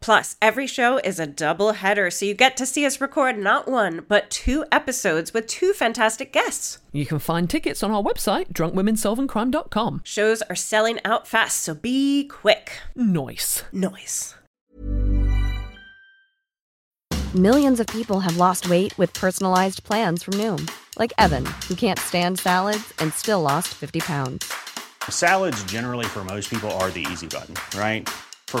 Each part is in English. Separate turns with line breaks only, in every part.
Plus, every show is a double header, so you get to see us record not one, but two episodes with two fantastic guests.
You can find tickets on our website, drunkwomensolvingcrime.com.
Shows are selling out fast, so be quick.
Nice.
Noise.
Millions of people have lost weight with personalized plans from Noom, like Evan, who can't stand salads and still lost 50 pounds.
Salads, generally, for most people, are the easy button, right? For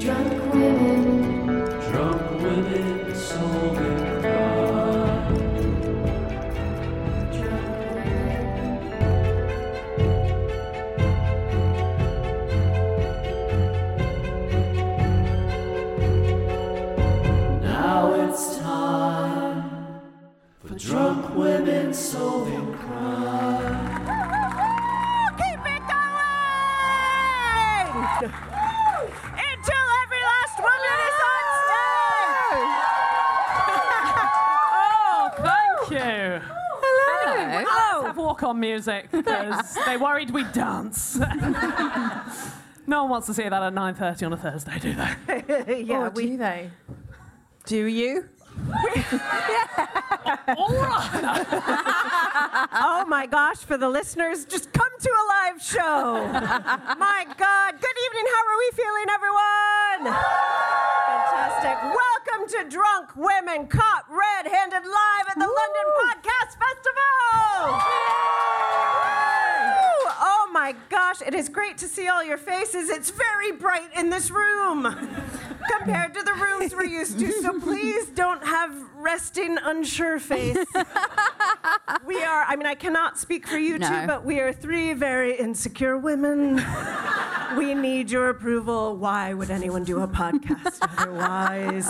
Drunk women,
Drunk women solving crime.
drunk women.
Now it's time for drunk women solving crime.
Keep it going! Until every last woman is on stage!
Oh, thank you. Hello. Let's have walk-on music because they worried we'd dance. no one wants to see that at 9.30 on a Thursday, do they?
Yeah, we, do they?
Do you? All right.
Oh my gosh, for the listeners, just come to a live show. my God. Good evening. How are we feeling, everyone? Fantastic. Welcome to Drunk Women Caught Red Handed Live at the London Podcast Festival. Woo! Oh my gosh, it is great to see all your faces. It's very bright in this room. compared to the rooms we're used to. So please don't have resting, unsure face. we are, I mean, I cannot speak for you two,
No.
but we are three very insecure women. we need your approval. Why would anyone do a podcast otherwise?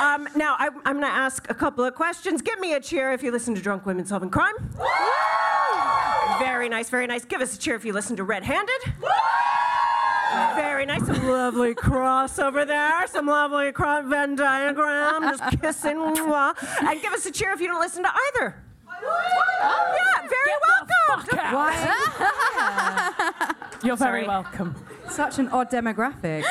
um, now, I, I'm going to ask a couple of questions. Give me a cheer if you listen to Drunk Women Solving Crime. Very nice, very nice. Give us a cheer if you listen to Red Handed. Very nice. Some lovely cross over there. Some lovely cross Venn diagram. Just kissing. mwah. And give us a cheer if you don't listen to either. Yeah, very welcome.
Fuck out. You're very welcome.
Such an odd demographic.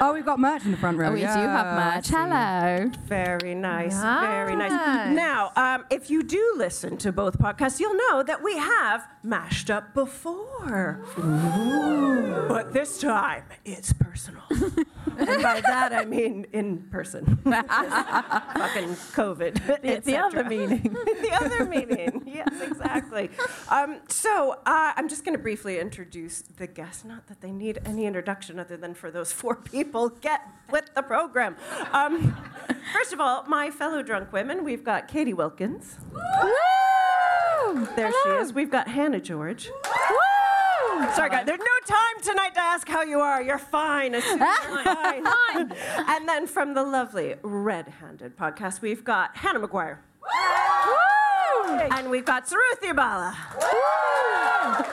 oh, we've got merch in the front row.
We do have merch. Hello.
Very nice. Very nice. Now, um, if you do listen to both podcasts, you'll know that we have mashed up before. But this time, it's personal. and by that, I mean in person. Fucking COVID. The, other meaning. the other meaning. Yes, exactly. Um, so uh, I'm just going to briefly introduce the guests. Not that they need any introduction other than for those four people. Get with the program. Um, first of all, my fellow drunk women, we've got Katie Wilkins. There she is. We've got Hannah George. Sorry, guys. There's no time tonight to ask how you are. You're fine. As soon as you're fine. and then from the lovely Red Handed podcast, we've got Hannah McGuire. And we've got Saruthi Bala.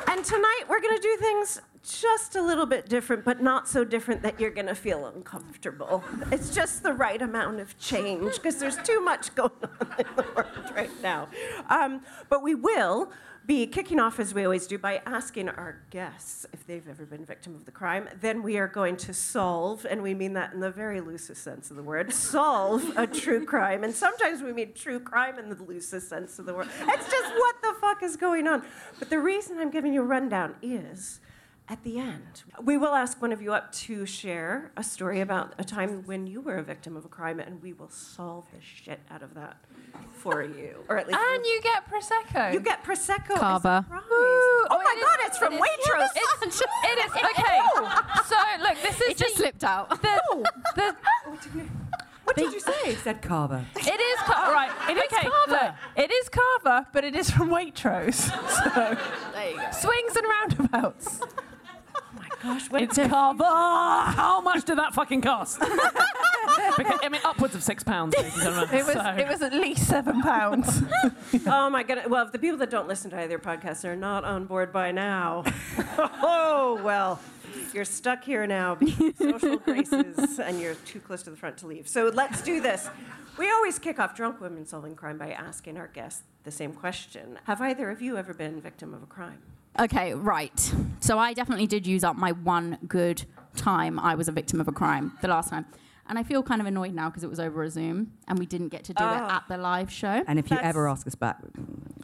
And tonight we're going to do things just a little bit different, but not so different that you're going to feel uncomfortable. It's just the right amount of change because there's too much going on in the world right now. Um, but we will be kicking off as we always do by asking our guests if they've ever been victim of the crime. Then we are going to solve, and we mean that in the very loosest sense of the word, solve a true crime. And sometimes we mean true crime in the loosest sense of the word. It's just what the fuck is going on. But the reason I'm giving you a rundown is at the end, we will ask one of you up to share a story about a time when you were a victim of a crime, and we will solve the shit out of that for you, or at least
And you get prosecco.
You get prosecco. as a
Carver.
prize.
Ooh,
oh
it
my
is-
god, it's
it
from
is-
Waitrose.
It's, it is okay. So look, this is
It just
the-
slipped out.
The, the,
what did you say?
said Carver.
it is Carver. Right. It is Carver. it is Carver, but it is from Waitrose. So
There you go.
swings and roundabouts.
Gosh, it's Carver. How much did that fucking cost? Because- I mean, upwards of six pounds. ladies and gentlemen,
It was-
so-
it was at least seven pounds.
oh my god. Well, if the people that don't listen to either podcast are not on board by now, oh well. You're stuck here now because of social graces and you're too close to the front to leave. So let's do this. We always kick off drunk women solving crime by asking our guests the same question. Have either of you ever been victim of a crime?
Okay, right. So I definitely did use up my one good time I was a victim of a crime the last time. And I feel kind of annoyed now because it was over a Zoom and we didn't get to do it
Oh.
at the live show.
And if you ever ask us back,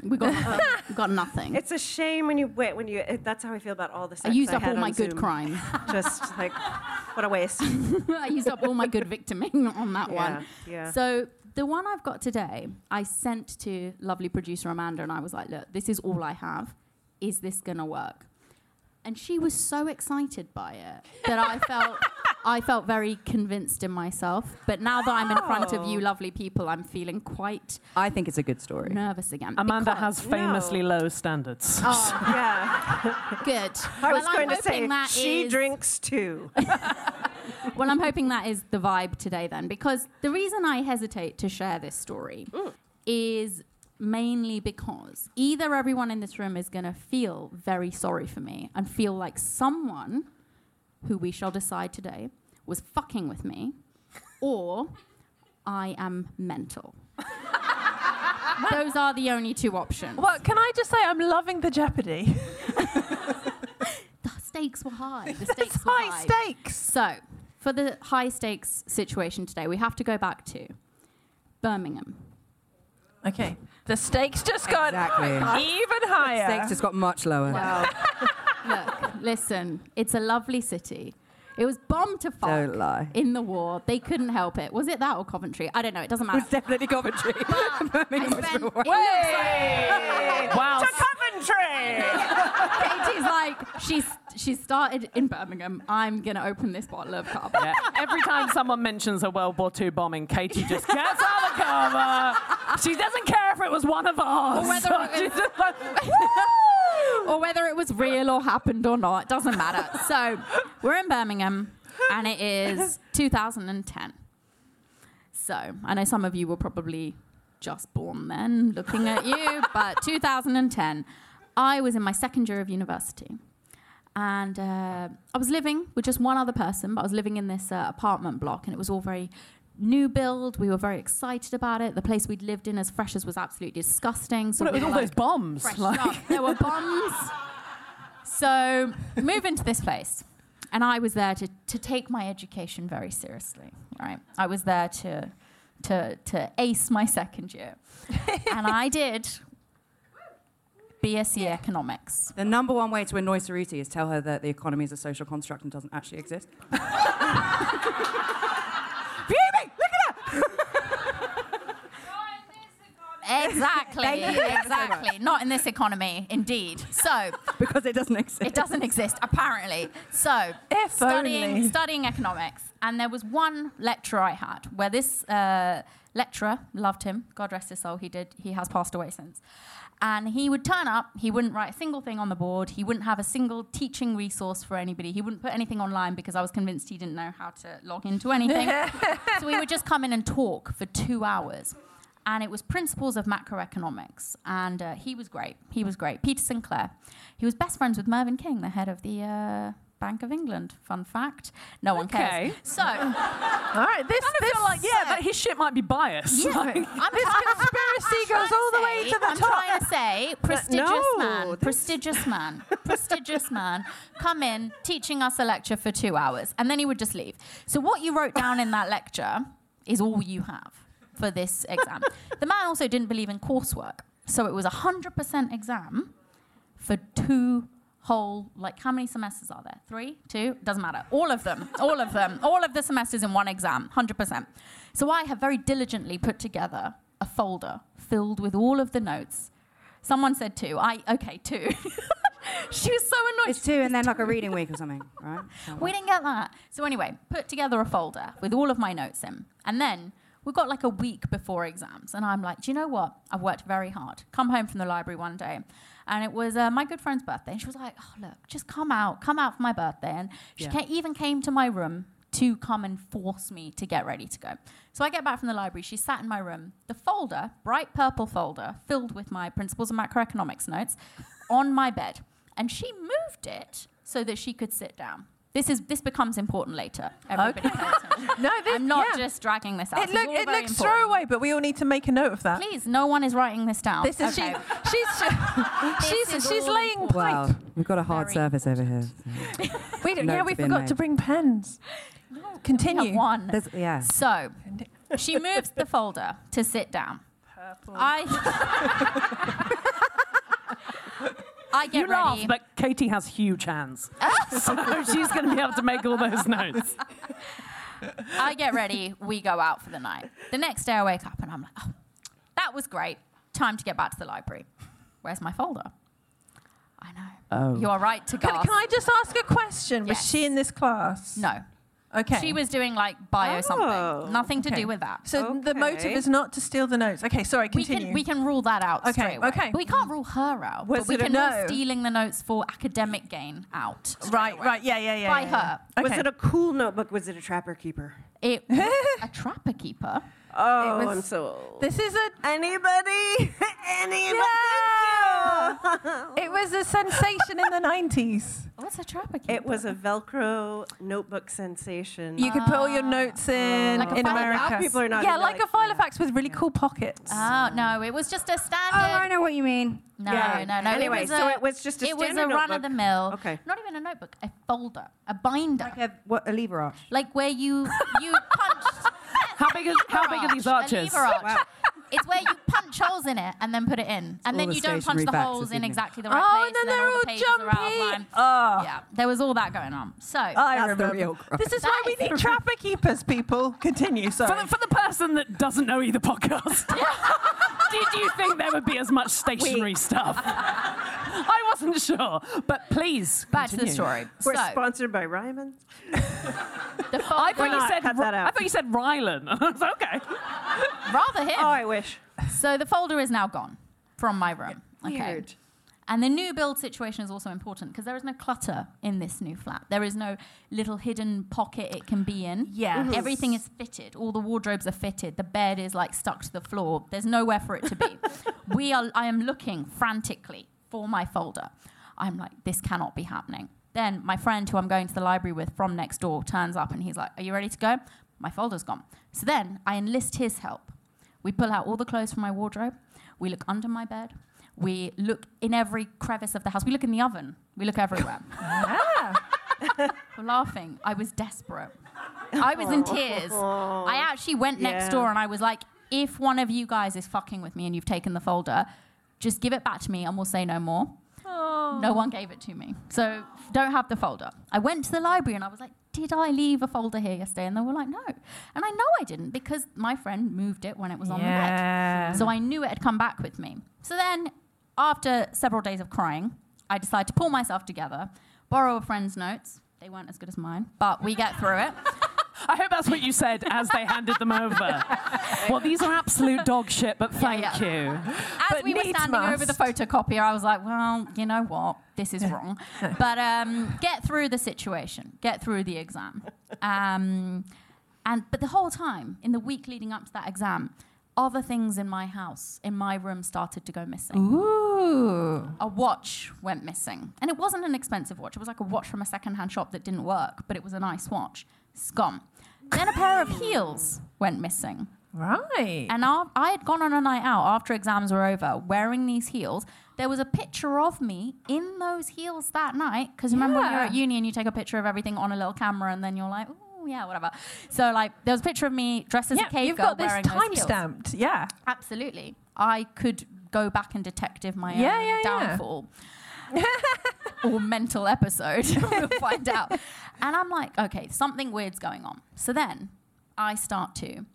we got, we got nothing.
It's a shame when you wait when you. It, that's how I feel about all the. Sex
I used up
had
all
on
my good
Zoom.
crime.
Just like, what a waste.
I used up all my good victiming on that one.
Yeah, yeah.
So the one I've got today, I sent to lovely producer Amanda and I was like, look, this is all I have. Is this going to work? And she was so excited by it that I felt I felt very convinced in myself. But now that I'm in front
Oh.
of you lovely people, I'm feeling quite
I think it's a good story.
nervous again.
Amanda
because-
has famously low standards.
Oh,
yeah.
Good.
I
Well,
was
I'm
going to say
hoping that
she
is-
drinks too.
Well, I'm hoping that is the vibe today then, because the reason I hesitate to share this story is mainly because either everyone in this room is going to feel very sorry for me and feel like someone who we shall decide today was fucking with me, or I am mental. Those are the only two options.
Well, can I just say I'm loving the Jeopardy?
The stakes were high. The stakes
It's
were
high stakes.
So, for the high stakes situation today, we have to go back to Birmingham.
Okay. The stakes just got
Exactly.
even higher.
Stakes has got much lower.
Well, look, listen, it's a lovely city. It was bombed to fuck
Don't lie.
in the war. They couldn't help it. Was it that or Coventry? I don't know. It doesn't matter.
It's definitely Coventry.
I
Birmingham was
spent-
the
it
worst.
looks like-
wow.
Katie's like, she's, she started in Birmingham. I'm going to open this bottle of carbon.
Yeah, Every time someone mentions a World War II bombing, Katie just gets out of the cover. She doesn't care if it was one of ours.
Or whether
So
it
she's
was-
just like,
or whether it was real or happened or not. It doesn't matter. So we're in Birmingham and it is 2010. So I know some of you were probably just born then looking at you, but 2010, I was in my second year of university. And uh, I was living with just one other person, but I was living in this uh, apartment block, and it was all very new build. We were very excited about it. The place we'd lived in as freshers was absolutely disgusting. So
Well, it
we
was all
were
those
like-
bombs.
fresh
like-
start. There were bombs. So move into this place. And I was there to, to take my education very seriously, right? I was there to, to, to ace my second year. and I did BSc economics.
The number one way to annoy Saruti is tell her that the economy is a social construct and doesn't actually exist. Fuming! Look at that!
Exactly,
Thank you ever so much.
exactly. Not in this economy, indeed. So
Because it doesn't exist.
It doesn't exist, apparently. So,
If
studying,
only.
studying economics. And there was one lecturer I had where this uh, lecturer loved him. God rest his soul, he did. He has passed away since. And he would turn up, he wouldn't write a single thing on the board, he wouldn't have a single teaching resource for anybody, he wouldn't put anything online because I was convinced he didn't know how to log into anything. so, he would just come in and talk for two hours. and it was Principles of Macroeconomics. And uh, he was great. He was great. Peter Sinclair. He was best friends with Mervyn King, the head of the uh, Bank of England. Fun fact. No one
Okay.
cares. So, all
right, this,
Kind of
this
feel like, yeah,
but his shit might be biased.
Yeah.
Like,
I'm
this
trying-
conspiracy
I'm
goes
trying
all the way
say-
to the
I'm
top.
trying to say, prestigious
no,
man, prestigious man, prestigious man, come in teaching us a lecture for two hours, and then he would just leave. So what you wrote down in that lecture is all you have for this exam. the man also didn't believe in coursework, so it was a hundred percent exam for two whole like how many semesters are there three two doesn't matter all of them all of them all of the semesters in one exam 100% so i have very diligently put together a folder filled with all of the notes someone said two i okay two she was so annoyed
It's two, and then like a reading week or something, right?
we didn't get that. So anyway, put together a folder with all of my notes in. And then we got like a week before exams. And I'm like, do you know what? I've worked very hard. Come home from the library one day. And it was uh, my good friend's birthday. And she was like, oh, look, just come out. Come out for my birthday. And she
Yeah.
ca- even came to my room to come and force me to get ready to go. So I get back from the library. She sat in my room. The folder, bright purple folder, filled with my principles of macroeconomics notes, on my bed. And she moved it so that she could sit down. This is this becomes important later. Everybody no, this, I'm not just dragging this out.
It,
It's
look,
all
it
very
looks
important.
throwaway, but we all need to make a note of that.
Please, no one is writing this down.
This is
Okay.
she, she's she's
is
she's
all
laying
important.
pipe.
Wow, we've got a hard surface over here.
We don't, yeah,
Notes
we
have been
forgot
made.
to bring pens. Continue.
One.
There's- yeah.
So she moves the folder to sit down. Purple. I I get
you laugh,
ready.
but Katie has huge hands, so she's going to be able to make all those notes.
I get ready. We go out for the night. The next day I wake up and I'm like, oh, that was great. Time to get back to the library. Where's my folder?
Oh.
You are right to go.
Can, can I just ask a question? Was she in this class?
No.
Okay.
She was doing like bio
Oh,
something. Nothing to
okay.
do with that.
So the motive
Okay.
is not to steal the notes. Okay, sorry,
we can
continue.
we can rule that out
Okay,
straight away.
okay.
But we can't rule her out.
Was
but we
it a
can
no?
rule stealing the notes for academic gain out.
Right, right, yeah, yeah, yeah.
By
yeah, yeah.
her.
Okay.
Was
it a cool notebook? Was it a trapper keeper?
It was a trapper keeper.
Oh,
It was-
I'm so old.
This is a anybody, anybody. it was a sensation in the nineties.
What's a trapper keeper?
It was a Velcro notebook sensation.
You could put all your notes
Ah.
in
Like a
in
file of
America.
facts. People are not
yeah,
gonna
like, a file of facts with really cool pockets.
Oh no, it was just a standard.
Oh, I know what you mean.
No,
Yeah.
no, no.
Anyway,
was
so
a-
it was just a
It was a
standard
run of the mill.
Okay.
Not even a notebook, a folder, a binder, like,
What a lever arch.
where you you punch.
How big is how big are these arches?
lever arch. It's where you punch holes in it and then put it in, and
all
then
the
you don't punch
stationary
the
facts,
holes in
isn't it?
exactly the
Oh,
right place.
and then
then
they're
all,
all
the pages are
jumpy.
outlined.
Oh.
Yeah, there was all that going on. So
I remember. This is why we need trapper keepers, people. Continue. Sorry.
For the, for the person that doesn't know either podcast, did you think there would be as much stationary stuff? I wasn't sure, but please
Back to the
continue.
story.
We're sponsored by Ryman.
The folder.
I thought you said
cut
Ry-
that out.
I thought you said Rylan. I was like, okay.
Rather him.
Oh, I wish.
So the folder is now gone from my room.
Weird.
Okay. And the new build situation is also important because there is no clutter in this new flat. There is no little hidden pocket it can be in.
Yes. Mhm.
Everything is fitted. All the wardrobes are fitted. The bed is like stuck to the floor. There's nowhere for it to be. we are I am looking frantically for my folder. I'm like this cannot be happening. Then my friend who I'm going to the library with from next door turns up and he's like, "Are you ready to go?" My folder's gone. So then I enlist his help. We pull out all the clothes from my wardrobe. We look under my bed. We look in every crevice of the house. We look in the oven. We look everywhere. We're laughing. I was desperate. I was in tears. I actually went next
Yeah.
door and I was like, if one of you guys is fucking with me and you've taken the folder, just give it back to me and we'll say no more. No one gave it to me. So don't have the folder. I went to the library and I was like, did I leave a folder here yesterday? And they were like, no. And I know I didn't because my friend moved it when it was on the
Yeah.
bed. So I knew it had come back with me. So then, after several days of crying, I decide to pull myself together, borrow a friend's notes. They weren't as good as mine, but we get through it.
I hope that's what you said as they handed them over. well, these are absolute dog shit, but thank you.
As
But
we were
needs
standing over the photocopier, I was like, well, you know what? This is wrong. but um, get through the situation, get through the exam. Um, and But the whole time, in the week leading up to that exam, other things in my house, in my room, started to go missing.
Ooh.
A watch went missing. And it wasn't an expensive watch. It was like a watch from a secondhand shop that didn't work, but it was a nice watch. It's gone. Then a pair of heels went missing.
Right.
And I, I had gone on a night out after exams were over wearing these heels. There was a picture of me in those heels that night. Because remember when you're
Yeah.
at uni and you take a picture of everything on a little camera and then you're like, oh, yeah, whatever. So, like, there was a picture of me dressed as
Yeah,
a cave
you've
girl
got this
wearing those heels.
timestamped, yeah.
Absolutely. I could go back and detective my
Yeah,
own
yeah, yeah.
downfall. or mental episode. we'll find out. And I'm like, okay, something weird's going on. So then I start to,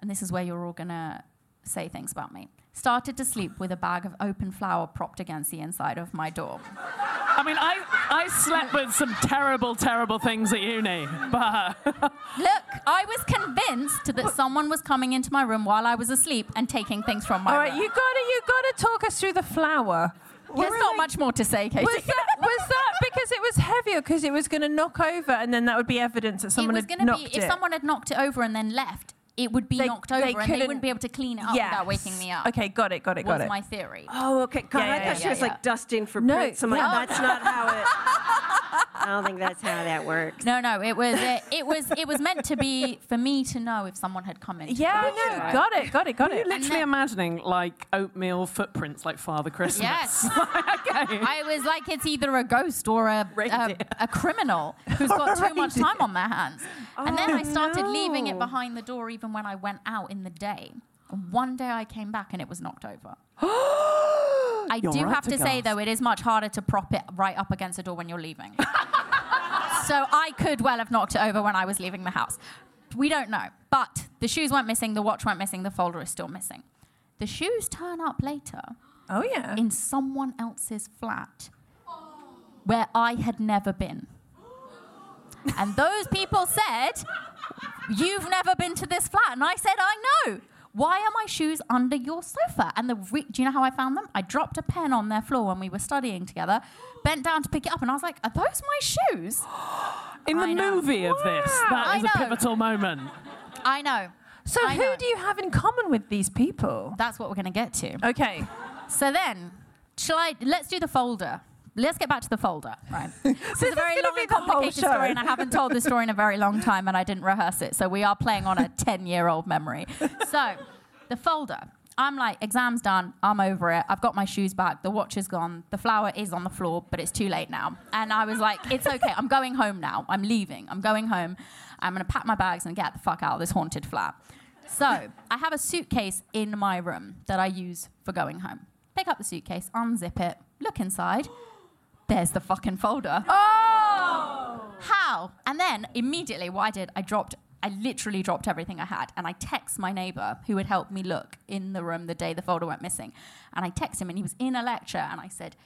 and this is where you're all gonna say things about me. Started to sleep with a bag of open flour propped against the inside of my door.
I mean, I, I slept with some terrible, terrible things at uni, but
Look, I was convinced that someone was coming into my room while I was asleep and taking things from my
All right,
room.
you gotta you gotta talk us through the flower.
There's not much more to say, Katie.
Was that, was that because it was heavier? Because it was going to knock over, and then that would be evidence that someone
it was
had
gonna
knocked
be if
it.
someone had knocked it over and then left, it would be
They-
knocked
they
over and they
couldn't-
wouldn't be able to clean it up without waking me up.
Okay, got it, got it, got
was
it.
my theory.
Oh, okay. God,
Yeah,
I
yeah,
thought she
yeah,
was
yeah.
like dusting for
No,
prints. I'm like,
no.
that's not how it. I don't think that's how that works.
No, no, it was it, it was it was meant to be for me to know if someone had come in.
Yeah, no, got it, got it, got
Were
it.
you literally imagining like oatmeal footprints like Father Christmas?
Yes. I was like, it's either a ghost or a, a, a criminal who's got too much time on their hands. and then I started leaving it
Oh, no.
behind the door even when I went out in the day. And One day I came back and it was knocked over. I
You're
do
right
have
to
to say,
gasp.
though, it is much harder to prop it right up against the door when you're leaving. so I could well have knocked it over when I was leaving the house. We don't know. But the shoes weren't missing, the watch weren't missing, the folder is still missing. The shoes turn up later.
Oh, yeah.
In someone else's flat where I had never been. And those people said, You've never been to this flat. And I said, I know. Why are my shoes under your sofa? And the re- do you know how I found them? I dropped a pen on their floor when we were studying together, bent down to pick it up, and I was like, Are those my shoes?
In the
I know.
movie of this, that
I
is
know.
a pivotal moment.
I know.
So
I
who
know.
do you have in common with these people?
That's what we're going to get to.
Okay.
So then, shall I? Let's do the folder. Let's get back to the folder, right? this is a very
gonna
long
be
and
the whole
complicated
show.
story, and I haven't told this story in a very long time, and I didn't rehearse it. So we are playing on a 10 year old memory. So the folder. I'm like, exam's done. I'm over it. I've got my shoes back. The watch is gone. The flower is on the floor, but it's too late now. And I was like, it's okay. I'm going home now. I'm leaving. I'm going home. I'm going to pack my bags and get the fuck out of this haunted flat. So I have a suitcase in my room that I use for going home. Pick up the suitcase, unzip it, look inside. There's the fucking folder. Oh! How? And then immediately, what I did, I dropped, I literally dropped everything I had. And I text my neighbor who had helped me look in the room the day the folder went missing. And I text him, and he was in a lecture, and I said,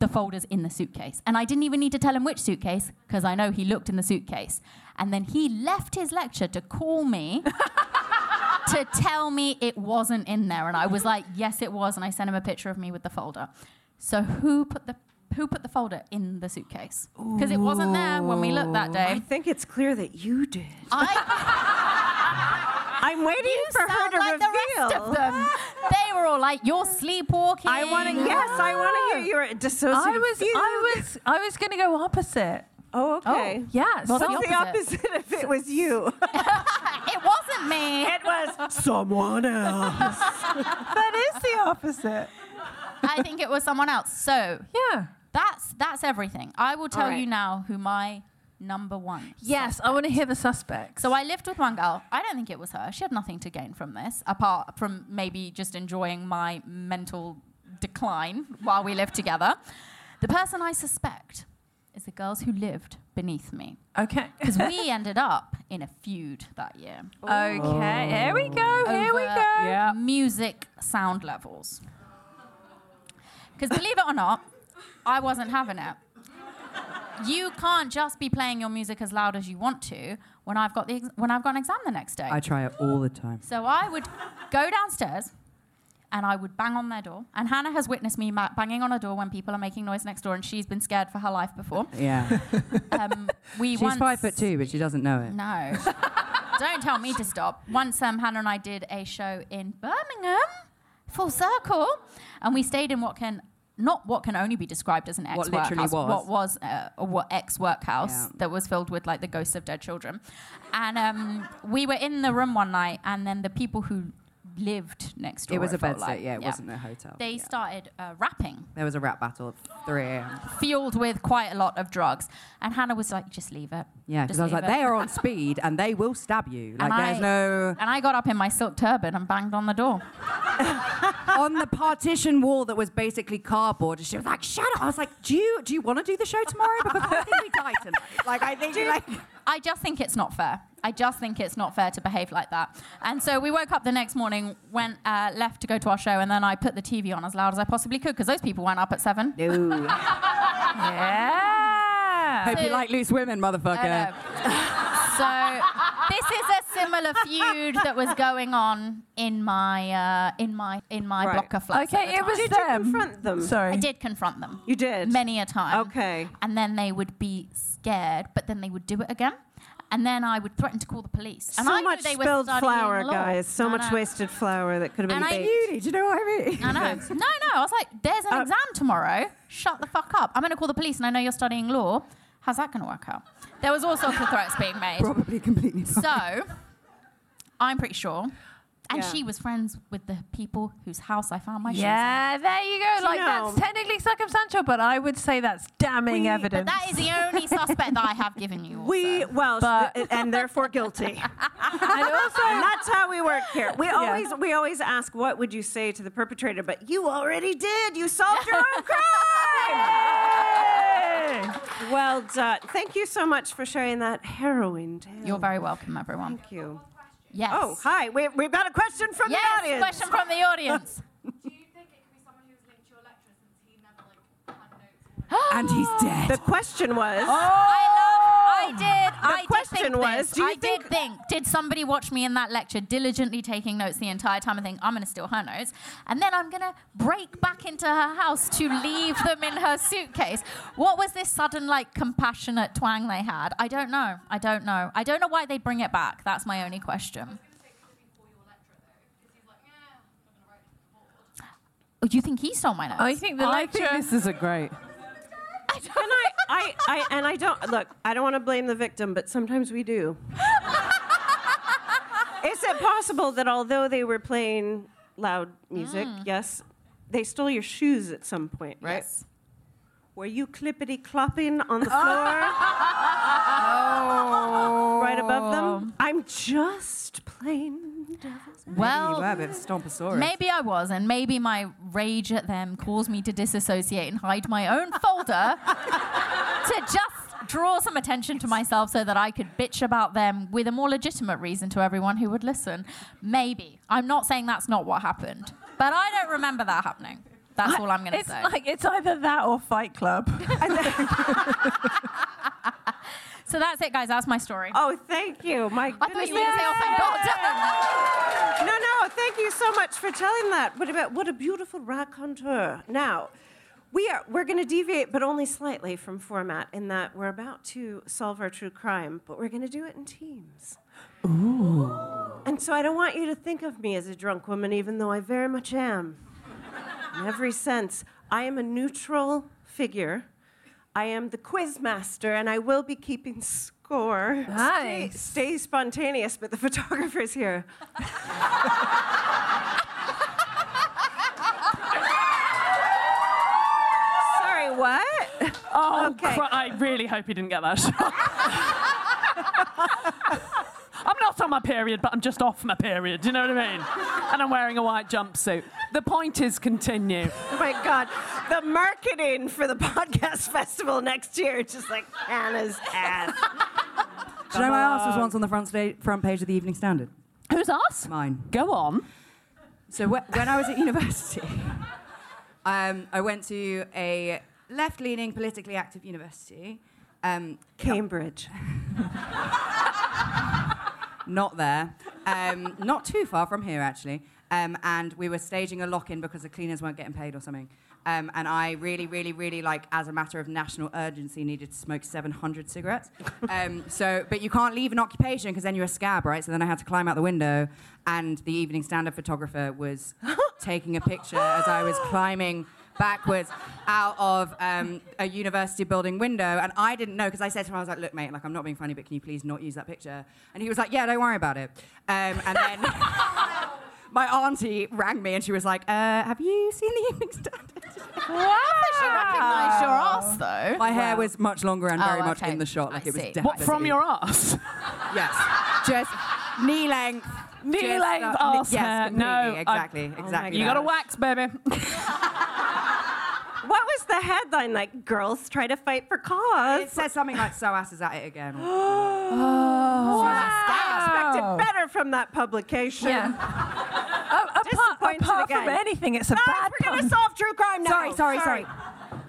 the folders in the suitcase. And I didn't even need to tell him which suitcase because I know he looked in the suitcase. And then he left his lecture to call me to tell me it wasn't in there. And I was like, yes, it was. And I sent him a picture of me with the folder. So who put the who put the folder in the suitcase? Because it wasn't there when we looked that day.
I think it's clear that you did.
I'm waiting
for her to
like The rest of
reveal.
them. They were all like, "You're sleepwalking."
I want to. Yes, I want to hear your dissociative.
I was, I was, I was going to go opposite.
Oh, okay.
Oh, yeah,
What's
so-
the opposite if it was you?
It wasn't me.
It was.
Someone else.
that is the opposite.
I think it was someone else. So
Yeah.
that's that's everything. I will tell
All right.
you now who my number one.
Yes, I want to hear the suspects.
So I lived with one girl. I don't think it was her. She had nothing to gain from this, apart from maybe just enjoying my mental decline while we lived together. The person I suspect is the girls who lived beneath me.
Okay.
Because we ended up in a feud that year.
Okay, here we go, here we
Over
go.
Music sound levels. Because believe it or not, I wasn't having it. You can't just be playing your music as loud as you want to when I've got the ex- when I've got an exam the next day.
I try it all the time.
So I would go downstairs and I would bang on their door. And Hannah has witnessed me ma- banging on a door when people are making noise next door, and she's been scared for her life before.
Yeah.
Um, we
She's
once
five foot two, but she doesn't know it.
no. Don't tell me to stop. Once um, Hannah and I did a show in Birmingham, full circle, and we stayed in what can not what can only be described as an ex
What literally
workhouse.
was.
What was uh, a what ex workhouse
Yeah.
that was filled with like the ghosts of dead children, and um, we were in the room one night, and then the people who lived next door.
It was a
felt
bedsit,
like,
yeah, it wasn't a hotel,
They started uh, rapping
There was a rap battle at 3 a.m.
fueled with quite a lot of drugs. And Hannah was like, just leave it.
Yeah,
Just
because I was
leave
like,
it."
they are on speed and they will stab you. Like,
And
there's
I-
no.
And I got up in my silk turban and banged on the door.
on the partition wall that was basically cardboard, and she was like, "Shut up!" I was like, "Do you do you want to do the show tomorrow? Because I think we die tonight. Like, I think like."
I just think it's not fair. I just think it's not fair to behave like that. And so we woke up the next morning, went uh, left to go to our show, and then I put the TV on as loud as I possibly could because those people weren't up at seven.
No.
yeah.
Hope you like loose women, motherfucker.
So this is a similar feud that was going on in my uh, in my in my
Right.
blocker flat.
Okay, it was Did you them. confront them? Sorry.
I did confront them.
You did?
many a time.
Okay.
and then they would be scared, but then they would do it again. And then I would threaten to call the police.
So
And I knew
much
they were
spilled
studying
flour,
law.
guys. So
I
much
know.
wasted flour that could have been
And I-
baked.
Uni,
do you know what I mean?
I know. No, no. I was like, there's an
Uh,
exam tomorrow. Shut the fuck up. I'm going to call the police and I know you're studying law. How's that going to work out? There was all sorts of threats being made.
Probably completely.
So, I'm pretty sure. And
Yeah.
she was friends with the people whose house I found my shoes.
Yeah,
in.
there you go.
Do
like
know-
that's technically circumstantial, but I would say that's damning
But
evidence.
that is the only suspect that I have given you.
We well, th- and therefore guilty. and
also,
that's how we work here. We
Yeah.
always we always ask, what would you say to the perpetrator? But you already did. You solved your own crime. well done. Thank you so much for sharing that harrowing tale. You're
very welcome, everyone.
Thank you.
Yes.
Oh, hi. We, we've got a question from
yes,
the audience.
question from the audience.
and he's dead.
The question
I
was.
love. I did.
Oh! The
I did
question
think
was,
this.
do you
I did think. Did somebody watch me in that lecture, diligently taking notes the entire time, and think I'm going to steal her notes, and then I'm going to break back into her house to leave them in her suitcase? What was this sudden like compassionate twang they had? I don't know. I don't know. I don't know why they bring it back. That's my only question. Oh, you think he stole my notes?
I think the
I
lecturer.
think this is
a great.
And I, I, I, and I don't look. I don't want to blame the victim, but sometimes we do. Is it possible that although they were playing loud music,
Mm.
yes, they stole your shoes at some point, right?
Yes.
Were you clippity clopping on the floor? Right above
Oh.
them? I'm just plain devil's
Well,
you were a bit of a stomposaurus.
Maybe I was, and maybe my rage at them caused me to disassociate and hide my own folder to just draw some attention to myself so that I could bitch about them with a more legitimate reason to everyone who would listen. Maybe. I'm not saying that's not what happened, but I don't remember that happening. That's all I'm going to
It's
say.
like it's either that or Fight Club.
so that's it, guys. That's my story.
Oh, thank you. My
I thought you were going to say, oh, thank God.
No, no, thank you so much for telling that. What about what a beautiful raconteur. Now, we are we're going to deviate, but only slightly from format in that we're about to solve our true crime, but we're going to do it in teams.
Ooh.
And so I don't want you to think of me as a drunk woman, even though I very much am. In every sense, I am a neutral figure. I am the quiz master, and I will be keeping score. Stay,
Nice.
stay spontaneous, but the photographer's here. Sorry, what?
Oh, cri- I really hope you didn't get that shot. I'm not on my period, but I'm just off my period. Do you know what I mean? And I'm wearing a white jumpsuit. The point is, continue.
Oh my God. The marketing for the podcast festival next year is just like Hannah's ass.
Do you know my ass was
Come
once on the front, sta- front page of the Evening Standard?
Who's ass?
Mine.
Go on.
So wh- when I was at university, um, I went to a left-leaning, politically active university. Um,
Cambridge.
not there. Um, not too far from here, actually. Um, and we were staging a lock-in because the cleaners weren't getting paid or something. Um, and I really, really, really, like, as a matter of national urgency, needed to smoke 700 cigarettes. Um, so, but you can't leave an occupation because then you're a scab, right? So then I had to climb out the window, and the Evening Standard photographer was taking a picture as I was climbing backwards out of um, a university building window. And I didn't know because I said to him, I was like, look, mate, like, I'm not being funny, but can you please not use that picture? And he was like, yeah, don't worry about it. Um, and then my auntie rang me and she was like, uh, have you seen the Evening Standard?
Wow. She recognised your ass, though.
My hair was much longer and
Oh,
very much
okay.
in the shot. Like
I
it was
see.
definitely.
What, from your
ass? yes. Just knee length.
Knee
just,
length
uh,
arse
yes,
hair.
completely,
No, I-
exactly,
Oh my
exactly.
You
that.
gotta wax, baby.
What was the headline? Like, girls try to fight for cause.
It says something like, so ass is at it again.
I expected better from that publication. Disappointed
apart from
again.
anything, it's a
No,
bad
We're going
pun.
to solve true crime now.
Sorry, sorry, sorry.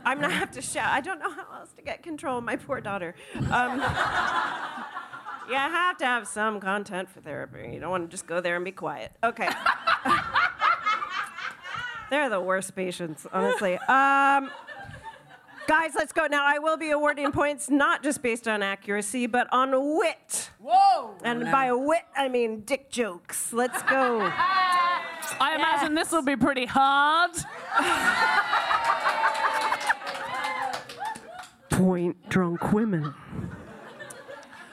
I'm going to have to shout. I don't know how else to get control of my poor daughter. Um, you have to have some content for therapy. You don't want to just go there and be quiet. Okay. They're the worst patients, honestly. Um, guys, let's go. Now, I will be awarding points not just based on accuracy, but on wit.
Whoa!
And by wit, I mean dick jokes. Let's go.
I imagine this will be pretty hard.
Point drunk women.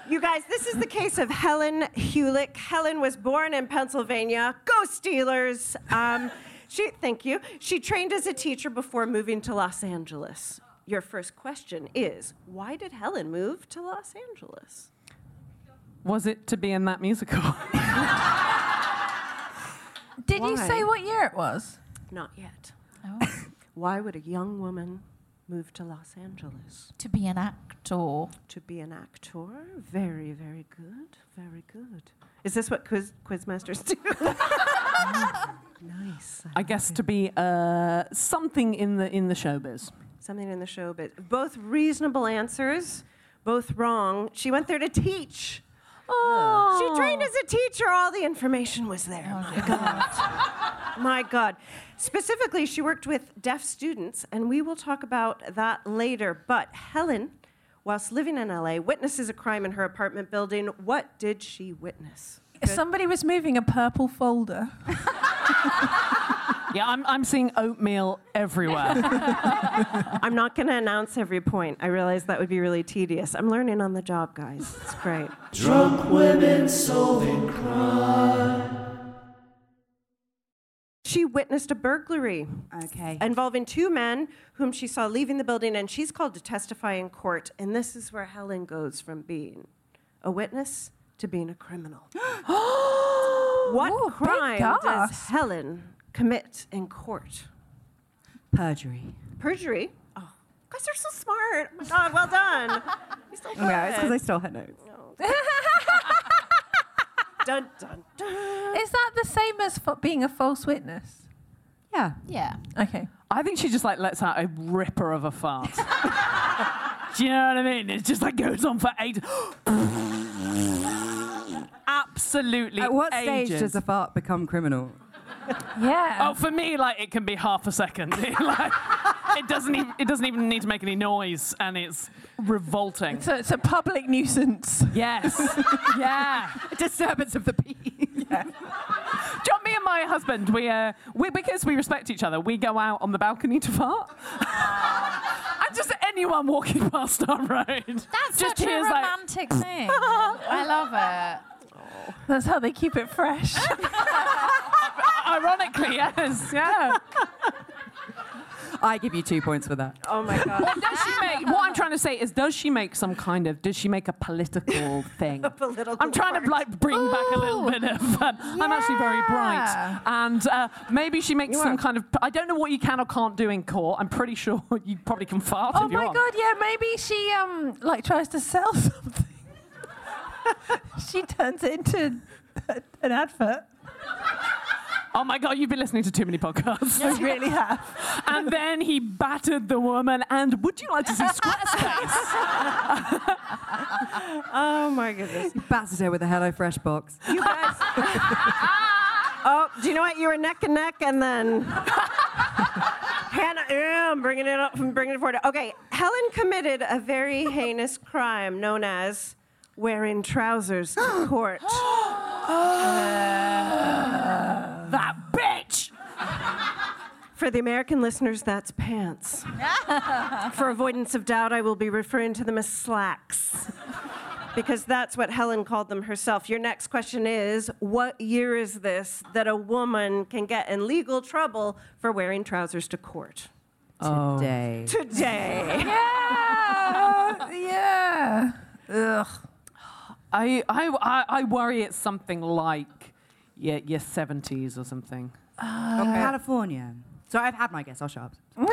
You guys, this is the case of Helen Hulick. Helen was born in Pennsylvania. Go Steelers! Um, she, thank you. She trained as a teacher before moving to Los Angeles. Your first question is why did Helen move to Los Angeles?
Was it to be in that musical?
Did
Why?
you say what year it was?
Not yet. why would a young woman move to Los Angeles?
To be an actor.
To be an actor? Very, very good. Very good. Is this what quiz, quizmasters do? nice.
I guess to be uh, something in the in the showbiz.
Something in the show, but both reasonable answers, both wrong. She went there to teach. She trained as a teacher. All the information was there. my God. my God. Specifically, she worked with deaf students, and we will talk about that later. But Helen, whilst living in LA, witnesses a crime in her apartment building. What did she witness?
Somebody was moving a purple folder.
Yeah, I'm, I'm seeing oatmeal everywhere.
I'm not going to announce every point. I realize that would be really tedious. I'm learning on the job, guys. It's great.
Drunk women solving crime.
She witnessed a burglary uh,
Okay.
involving two men whom she saw leaving the building, and she's called to testify in court. And this is where Helen goes from being a witness to being a criminal. what
Ooh, big
crime does
gasp.
Helen commit in court?
Perjury.
Perjury. Oh, guys are so smart. Oh my God, well done. You're so
Yeah, it's because I
good.
stole her notes.
Dun, dun, dun.
Is that the same as fo- being a false witness?
Yeah.
Yeah.
Okay.
I think she just like lets out a ripper of a fart. Do you know what I mean? It just like goes on for ages. Absolutely.
At what stage
ages.
does a fart become criminal?
Oh,
Yeah.
for me, like it can be half a second. Like, it doesn't. Even, it doesn't even need to make any noise, and it's revolting.
So it's a public nuisance.
yes. yeah.
A disturbance of the peace.
John, me and my husband, we, uh, we because we respect each other, we go out on the balcony to fart. and just anyone walking past our road.
That's
just
such a
hears, like,
romantic thing. I love
Oh,
it.
That's how they keep it fresh.
ironically, yes, yeah.
I give you two points for that.
Oh my God.
Does she make? What I'm trying to say is, does she make some kind of? Does she make a political thing?
political
I'm trying
part.
to like bring back a little bit of fun. I'm actually very bright,
Yeah.
and uh, maybe she makes some kind of. I don't know what you can or can't do in court. I'm pretty sure you probably can fart.
oh
if you
my
want.
god, yeah, maybe she um like tries to sell something. she turns it into a- an advert.
Oh my god, you've been listening to too many podcasts.
I really have.
and then he battered the woman. And would you like to see Squarespace?
Oh my goodness.
Battered her with a HelloFresh box.
You guys. oh, do you know what? You were neck and neck, and then Can I, yeah, I'm bringing it up from bringing it forward. Okay, Helen committed a very heinous crime known as wearing trousers to court. that bitch! For the American listeners, that's pants. For avoidance of doubt, I will be referring to them as slacks. Because that's what Helen called them herself. Your next question is What year is this that a woman can get in legal trouble for wearing trousers to court?
Oh. Today. Uh,
Today.
yeah. Yeah.
Ugh. I, I, I, I worry it's something like your, your 70s or something.
California. So I've had my guess. I'll shut up.
no,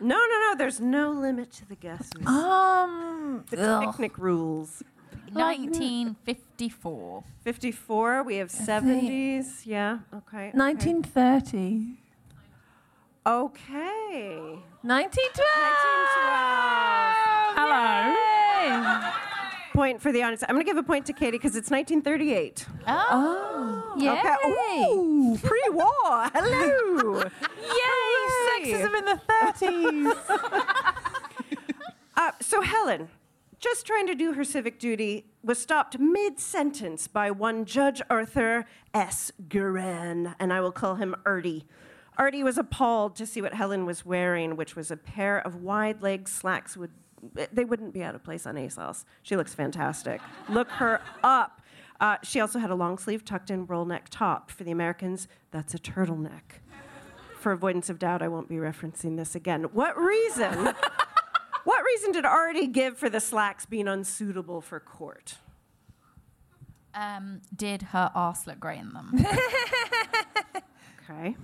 no, no. There's no limit to the guesses.
Oh. Um,
the
ugh.
picnic rules.
1954.
54. We have 70s. Yeah. Okay. okay.
1930.
Okay.
1912. Hello.
Point for the audience. I'm going to give a point to Katie because it's 1938.
Oh.
Okay. Ooh, pre-war. Hello.
Yay. Sexism in the 30s.
Uh, so Helen, just trying to do her civic duty, was stopped mid-sentence by one Judge Arthur S. Guerin, and I will call him Artie. Artie was appalled to see what Helen was wearing, which was a pair of wide-leg slacks. Would they wouldn't be out of place on ASOS. She looks fantastic. Look her up. Uh, she also had a long sleeve tucked in roll neck top. For the Americans, that's a turtleneck. For avoidance of doubt, I won't be referencing this again. What reason? What reason did Artie give for the slacks being unsuitable for court?
Um, did her arse look great in them?
Okay.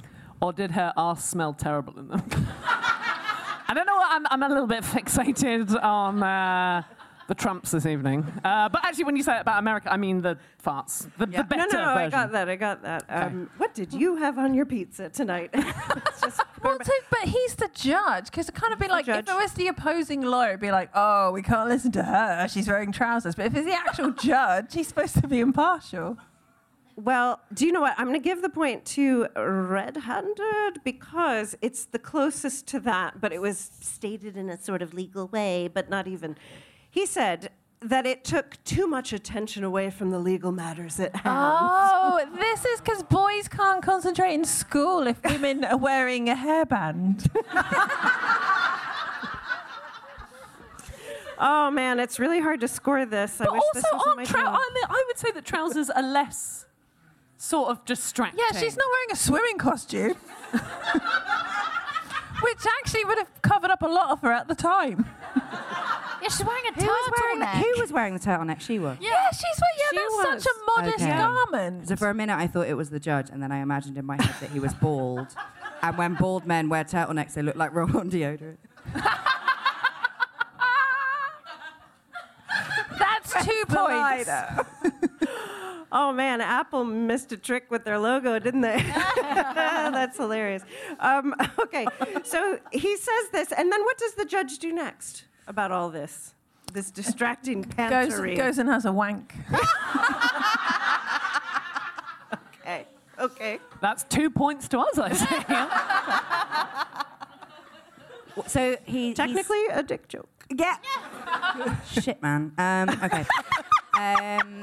Or did her ass smell terrible in them? I don't know. I'm, I'm a little bit fixated on uh, the Trumps this evening. Uh, but actually, when you say about America, I mean the farts. The, the
No,
better
no, no. I
version.
got that. I got that. Um, what did you have on your pizza tonight? It's just-
well, so, but he's the judge because it kind of be like
judge.
if it was the opposing lawyer, it'd be like, oh, we can't listen to her. She's wearing trousers. But if it's the actual judge, he's supposed to be impartial.
well, do you know what? I'm going to give the point to Red Handed because it's the closest to that, but it was stated in a sort of legal way, but not even. He said that it took too much attention away from the legal matters at hand.
Oh, this is because boys can't concentrate in school if women are wearing a hairband.
Oh man, it's really hard to score this. I
But
wish this
also,
wasn't my
aren't trou-
job.
I, mean, I would say that trousers are less sort of distracting.
Yeah, she's not wearing a swimming costume. Which actually would have covered up a lot of her at the time.
yeah, she's wearing a
Who was, wearing the,
turtleneck.
who was wearing the turtleneck? She was.
Yeah, she's wearing, yeah,
She
that's such
was.
a modest
Okay.
garment.
So for a minute, I thought it was the judge, and then I imagined in my head that he was bald. and when bald men wear turtlenecks, they look like roll-on deodorant.
That's two points.
Oh man, Apple missed a trick with their logo, didn't they? That's hilarious. Um, okay, so he says this, and then what does the judge do next about all this? This distracting
Goes,
pantery.
goes and has a wank.
Okay. Okay.
That's two points to us, I think.
So he
Technically, a dick joke.
yeah. Shit, man. Um, okay. um,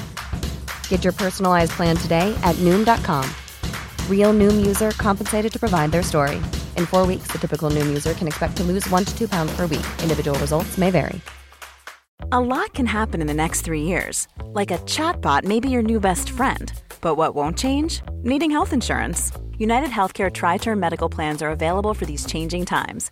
Get your personalized plan today at Noom.com. Real Noom user compensated to provide their story. In four weeks, the typical Noom user can expect to lose one to two pounds per week. Individual results may vary.
A lot can happen in the next three years. Like a chatbot may be your new best friend. But what won't change? Needing health insurance. United Healthcare Tri Term Medical Plans are available for these changing times.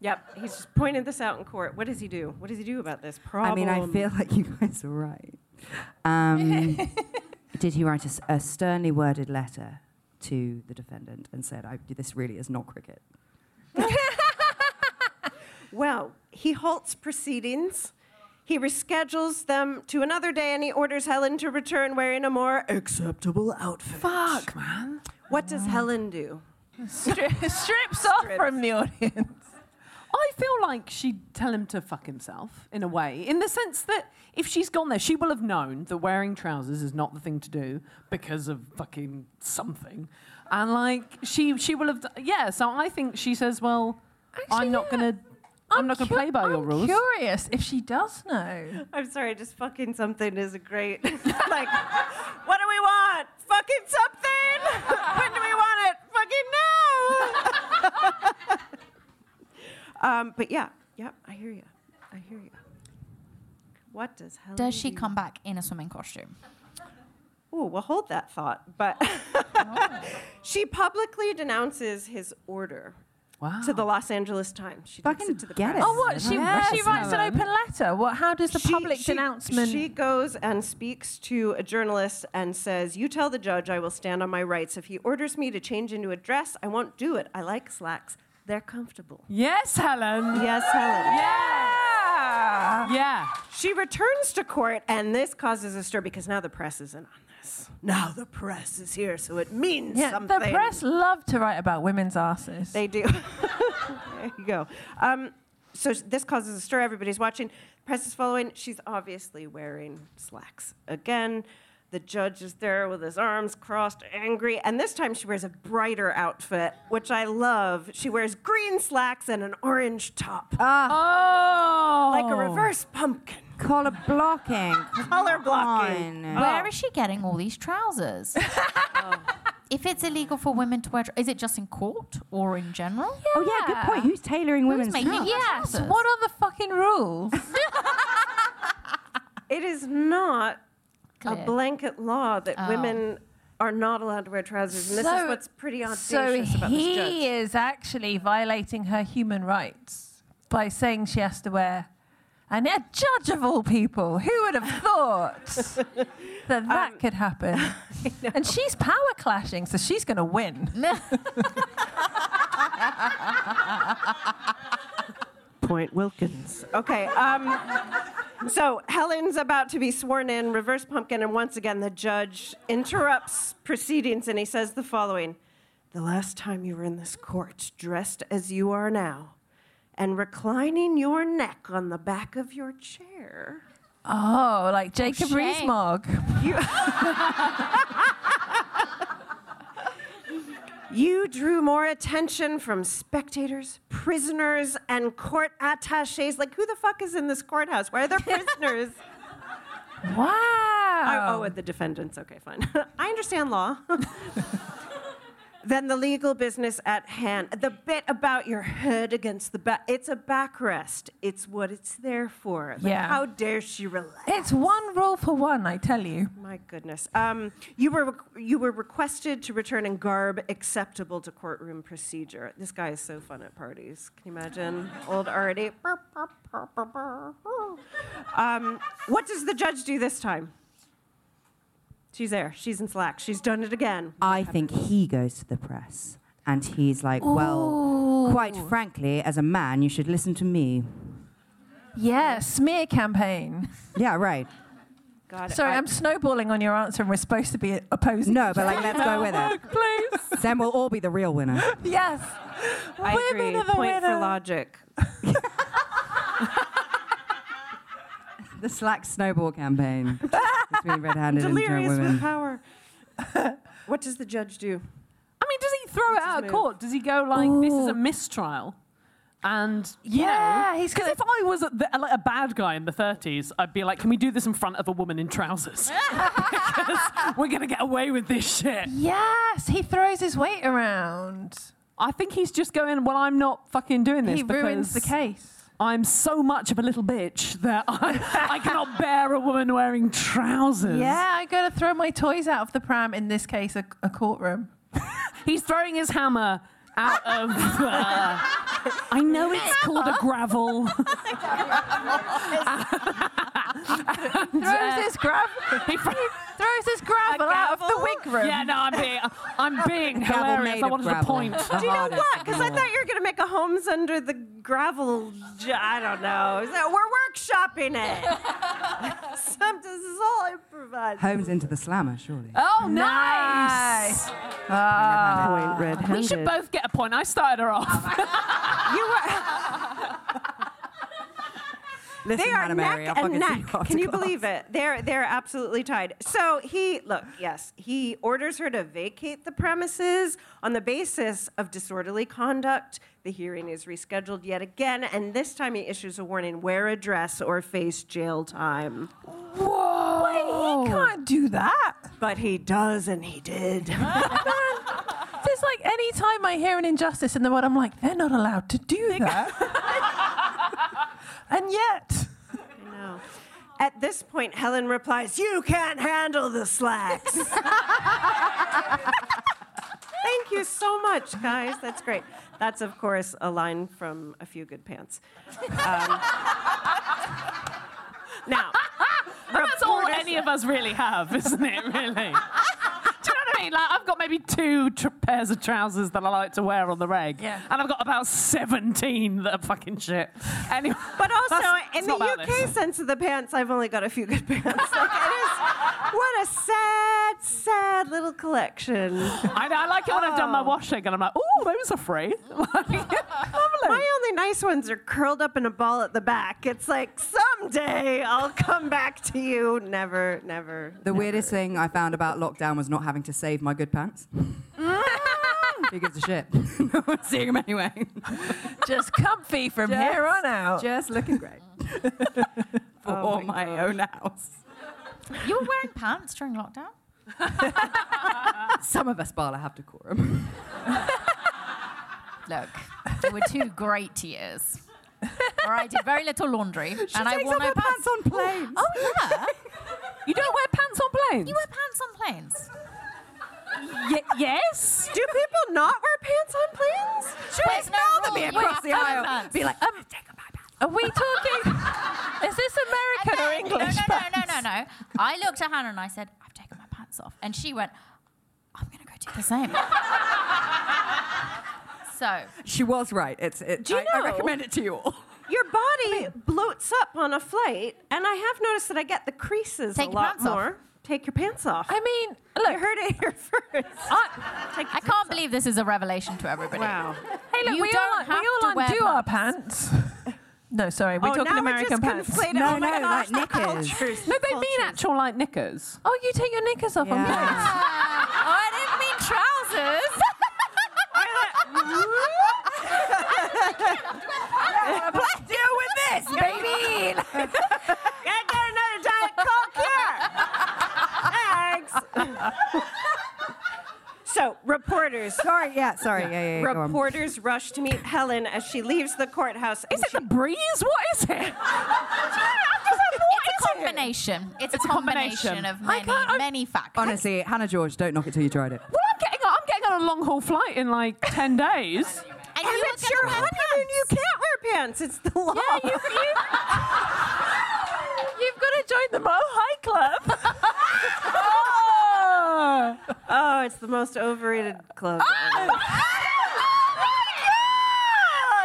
Yep, he's just pointed this out in court. What does he do? What does he do about this problem?
I mean, I feel like you guys are right. Um, did he write a, s- a sternly worded letter to the defendant and said, I, "This really is not cricket."
Well, he halts proceedings. He reschedules them to another day and he orders Helen to return wearing a more acceptable outfit. Fuck, man. What
Ah.
does Helen do?
strips, off from the audience. I feel like she'd tell him to fuck himself in a way, in the sense that if she's gone there, she will have known that wearing trousers is not the thing to do because of fucking something, and like she she will have d- yeah. So I think she says, well, I'm not gonna. I'm, not going to play by your rules.
Curious if she does know.
I'm sorry, just fucking something is a great. like, what do we want? Fucking something? when do we want it? Fucking now! um, but yeah, yep, I hear you. I hear you. What does Helen
Does she
do?
come back in a swimming costume?
Ooh, well, hold that thought. But she publicly denounces his order to the Los Angeles Times. She takes it to the press.
Oh, what? She, she writes an open letter. What? How does the public denouncement?
She goes and speaks to a journalist and says, "You tell the judge I will stand on my rights. If he orders me to change into a dress, I won't do it. I like slacks. They're comfortable."
Yes, Helen.
Yes, Helen. Yeah.
Yeah.
She returns to court, and this causes a stir because now the press is in on this. Now the press is here, so it means
yeah,
something.
the press love to write about women's asses.
They do. there you go. Um, so s- this causes a stir. Everybody's watching. Press is following. She's obviously wearing slacks again. The judge is there with his arms crossed, angry. And this time she wears a brighter outfit, which I love. She wears green slacks and an orange top.
Ah.
Oh.
Like a reverse pumpkin.
Color blocking.
Color blocking.
Oh.
Where is she getting all these trousers?
Oh.
If it's illegal for women to wear, tr- is it just in court or in general?
Oh yeah, good point. Who's tailoring women's
making-
trousers?
Yes,
Yes. What are the fucking rules?
It is not
Clear.
a blanket law that
Oh.
women are not allowed to wear trousers. And this is what's pretty audacious
so
about this
he
judge.
is actually violating her human rights by saying she has to wear. And a judge of all people, who would have thought that
Um,
that could happen? And she's power clashing, so she's going to win.
Point Wilkins. Okay. Um, so Helen's about to be sworn in, reverse pumpkin, and once again the judge interrupts proceedings and he says the following The last time you were in this court, dressed as you are now, and reclining your neck on the back of your chair.
Oh, like Jacob
shame.
Rees Mogg.
You drew more attention from spectators, prisoners, and court attaches. Like, who the fuck is in this courthouse? Why are there prisoners?
wow.
oh, and the defendants. Okay, fine. I understand law. then the legal business at hand. The bit about your head against the back. It's a backrest. It's what it's there for. Like,
Yeah. Eh.
How dare she relax?
It's one rule for one, I tell you.
My goodness. Um, you were requ- you were requested to return in garb acceptable to courtroom procedure. This guy is so fun at parties. Can you imagine? Old Artie. Um, what does the judge do this time? She's there. She's in slack. She's done it again.
I think he goes to the press and he's like, well, quite
Oh.
frankly, as a man, you should listen to me.
Yeah, smear campaign.
Yeah, right.
Sorry, I, am snowballing on your answer, and we're supposed to be opposing.
No, but, like, let's go with it.
Please.
then we'll all be the real winner.
Yes.
I
Women
agree.
are the
Point for
winner.
logic.
The slack snowball campaign between red-handed and
Delirious
strong
with
women.
power. what does the judge do?
I mean, does he throw it out of court? Does he go like, "This is a mistrial," And you know, he's if I was a, the, like a bad guy in the 30s, I'd be like, "Can we do this in front of a woman in trousers? because we're gonna get away with this shit."
Yes, he throws his weight around.
I think he's just going, well, I'm not fucking doing this.
He ruins the
because
case.
I'm so much of a little bitch that I, I cannot bear a woman wearing trousers.
Yeah, I gotta throw my toys out of the pram. In this case, a, a courtroom.
He's throwing his hammer out of. Uh, I know it's called a gravel.
throws his gravel. he throws his gravel out of the wig room.
Yeah, no, I'm being, I'm being
Gravel
hilarious.
made
I
of
wanted to
gravel.
point.
Do you know what? Because I thought you were going to make a homes under the gravel. j- I don't know. Is that- We're workshopping it. Some, this is all improvised.
Home's into the slammer, surely.
Oh, nice!
Ah. Point
we should
red-handed.
both get a point. I started her off.
Listen,
they are
Hannah
neck
Mary, I'll
and
fucking see you
neck.
after
Can you
class.
believe it? They're they're absolutely tied. So he look, yes, he orders her to vacate the premises on the basis of disorderly conduct. The hearing is rescheduled yet again, and this time he issues a warning: wear a dress or face jail time.
Wait, he can't do that.
But he does, and he did.
There's like any time I hear an injustice in the world, I'm like, they're not allowed to do that. and yet,
At this point, Helen replies, You can't handle the slacks. Thank you so much, guys. That's great. That's, of course, a line from A Few Good Pants. Um, now,
And that's all any of us really have, isn't it? Really. Do you know what I mean? Like, I've got maybe two tr- pairs of trousers that I like to wear on the reg,
Yeah.
and I've got about seventeen that are fucking shit. Anyway,
but also,
that's- it's
in the
not about
UK
this.
sense of the pants, I've only got a few good pants. Like, it is, what a sad, sad little collection.
I, know, I like it when I've done my washing and I'm like, oh, those are free.
My only nice ones are curled up in a ball at the back. It's like someday I'll come back to you. Never, never.
The weirdest thing I found about lockdown was not having to save my good pants. Who gives a shit? no one's seeing them anyway.
just comfy from here on
Oh.
out.
Just looking great. For my, own house.
You were wearing pants during lockdown?
Some of us, Bala, have decorum.
Look, they were two great years where I did very little laundry and I
takes
wore
off
no
her
pants.
pants on planes.
Oh, yeah.
You don't wear pants on planes?
You wear pants on planes.
Ye- yes.
Do people not wear pants on planes?
Should I smell them across the aisle?
Be like,
Um, are we talking? is this American or English?
No, no, no,
pants?
no, no, no. I looked at Hannah and I said, I've taken my pants off. And she went, I'm going to go do the same. so,
she was right. It's. It,
Do you
I, I
know-
recommend it to you all.
Your body bloats up on a flight, and I have noticed that I get the creases
Take
a
your
lot
pants off.
more. Take your pants off.
I mean,
I
look.
heard it here first. Take
I
your
can't believe this is a revelation to everybody.
Wow.
Hey, look,
You
we all,
don't
we
have
all
to wear
undo our pants. No, sorry, we're
oh,
talking
now
American
I just
pants.
conflated-
No,
oh my
no, like
gosh, the
knickers.
cultures,
No,
the
they mean
cultures.
actual like knickers.
Oh, you take your knickers off on
Yeah.
planes.
I Uh, oh, didn't mean trousers.
Let's deal with this, baby.
I got another Diet Coke here. Thanks. So, reporters. Sorry,
yeah, sorry, yeah, yeah, yeah, go on.
reporters rush to meet Helen as she leaves the courthouse.
Is it the breeze? What is it?
it's a combination. It's, a combination,
combination.
of
I
many,
can't- I-
many factors.
Honestly, Hannah George, don't knock it till you tried it.
Well, I'm getting, I'm getting on a long haul flight in like 10 days.
and
And
you
it's your honeymoon. You can't wear pants. It's the law.
Yeah, you, you, have got to join the Mo High Club.
oh, it's the most overrated club.
Oh
ever.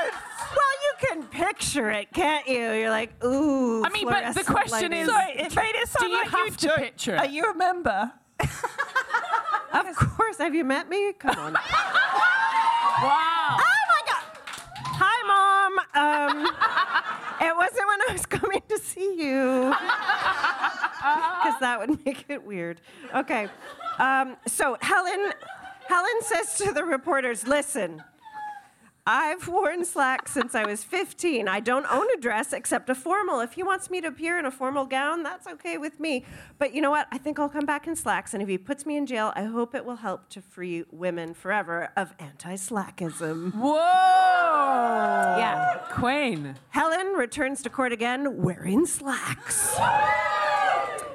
Well, you can picture it, can't you? You're like, ooh.
I mean, but the
fluorescent
question
lighting.
is
Sorry, it made it sound
do you
like
have to
joined-
picture it?
Are Uh, you a member?
of course. Have you met me? Come on.
wow.
Oh my god! Hi, mom. Um, it wasn't when I was coming to see you, because that would make it weird. Okay. Um, so Helen, Helen says to the reporters, "Listen, I've worn slacks since I was 15. I don't own a dress except a formal. If he wants me to appear in a formal gown, that's okay with me. But you know what? I think I'll come back in slacks. And if he puts me in jail, I hope it will help to free women forever of anti slackism.
Whoa!
Yeah.
Queen.
Helen returns to court again wearing slacks.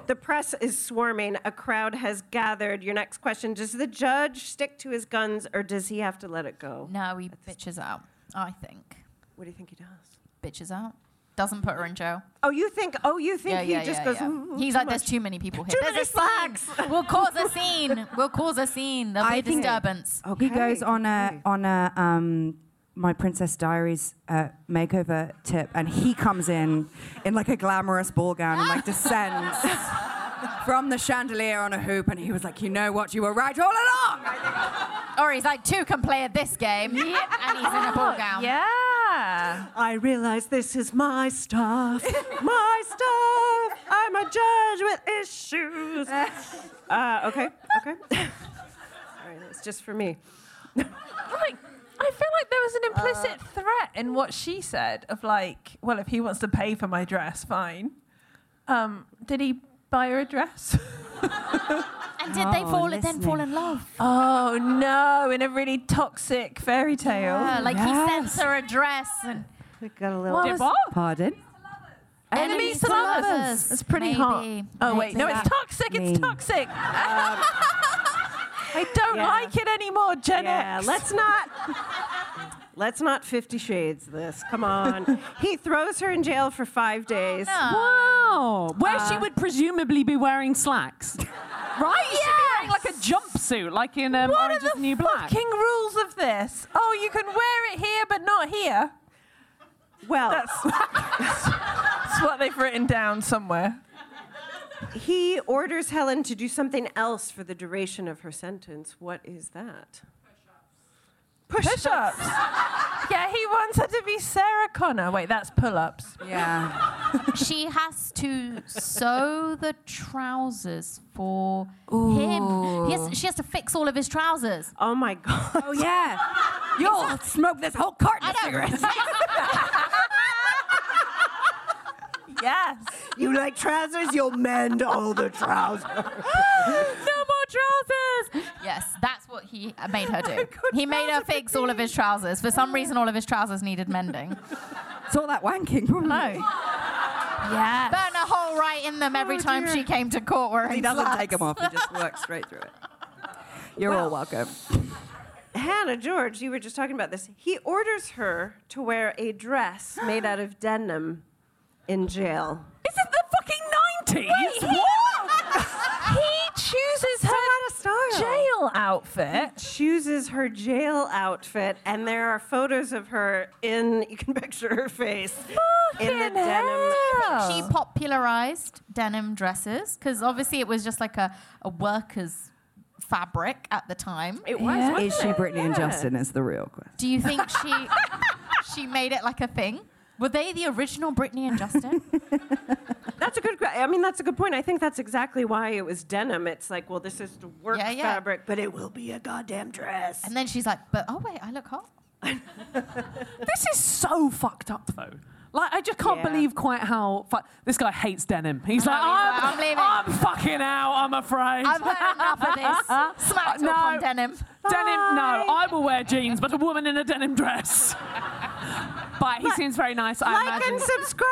The press is swarming. A crowd has gathered. Your next question Does the judge stick to his guns or does he have to let it go?
No, he bitches out, I think.
What do you think he does?
Bitches out. Doesn't put her in jail.
Oh, you think? Oh, you think
Yeah,
he
yeah,
just
yeah,
goes?
yeah.
"Ooh, ooh,
He's
too
like, there's
much."
too many people here.
Too
there's
many
a slacks. We'll cause a scene. We'll cause a scene. There'll be a disturbance.
He goes on a on a um, my Princess Diaries uh, makeover tip, and he comes in in like a glamorous ball gown and like descends from the chandelier on a hoop, and he was like, "You know what? You were right all along."
Or he's like, two can play at this game, and he's in a ball gown.
Yeah. I realize this is my stuff. my stuff. I'm a judge with issues. uh, okay. Okay. Sorry, that's just for me.
Like, I feel like there was an implicit threat in what she said of like, well, if he wants to pay for my dress, fine. Um, did he buy her a dress?
And did they fall then fall in love?
Oh no! In a really toxic fairy tale.
Yeah, like he sends her a dress and
We got a
What was- Dip off?
Pardon?
Enemies to lovers. It's pretty hot.
Maybe.
Oh wait, no,
Maybe.
it's toxic. It's
Mean.
toxic. I don't
yeah.
like it anymore, Gen
Yeah,
X.
let's not. Let's not Fifty Shades this. Come on. he throws her in jail for
Oh,
five days.
Wow. Oh, Where she
Uh,
would presumably be wearing slacks. right? She should be wearing like a jumpsuit, like in um,
What are
Orange is
the
the New Black.
fucking rules of this? Oh, you can wear it here, but not here.
Well,
that's, that's what they've written down somewhere.
He orders Helen to do something else for the duration of her sentence. What is that?
Push ups. yeah, he wants her to be Sarah Connor. Wait, that's pull ups.
Yeah.
she has to sew the trousers for him. He has, she has to fix all of his trousers.
Oh my god.
Oh yeah. You'll smoke this whole carton of cigarettes.
Yes.
You like trousers? You'll mend all the trousers.
No more trousers. Yes, that's what he uh, made her do. He made her fix all of his trousers. For some reason, all of his trousers needed mending.
It's all that wanking. Probably.
No. Yeah. Burn a hole right in them every time she came to court wearing
Oh, He doesn't 'em take them off.
slacks.
He just works straight through it. You're all welcome.
Hannah George, you were just talking about this. He orders her to wear a dress made out of denim in jail.
Is it the fucking 90s?
Wait,
he, he chooses her jail outfit.
Chooses her jail outfit, and there are photos of her in. You can picture her face in the
Fucking
denim.
She popularized denim dresses because obviously it was just like a, a worker's fabric at the time.
It was. wasn't
Is she
it?
Britney and
Yeah.
Justin? Is the real question.
Do you think she she made it like a thing? Were they the original Britney and Justin?
That's a good. gra- I mean, that's a good point. I think that's exactly why it was denim. It's like, well, this is the work
Yeah, yeah.
fabric, but it will be a goddamn dress.
and then she's like, but oh wait, I look hot.
This is so fucked up, though. Like, I just can't
Yeah.
believe quite how. Fu- this guy hates denim. He's
I
like,
know, he's
I'm,
like, "I'm leaving."
I'm fucking out, I'm afraid.
I've heard enough of this. Smack
No.
talk on denim.
Denim, no, I will wear jeans, but a woman in a denim dress. but he seems very nice, I
like
imagine.
and subscribe.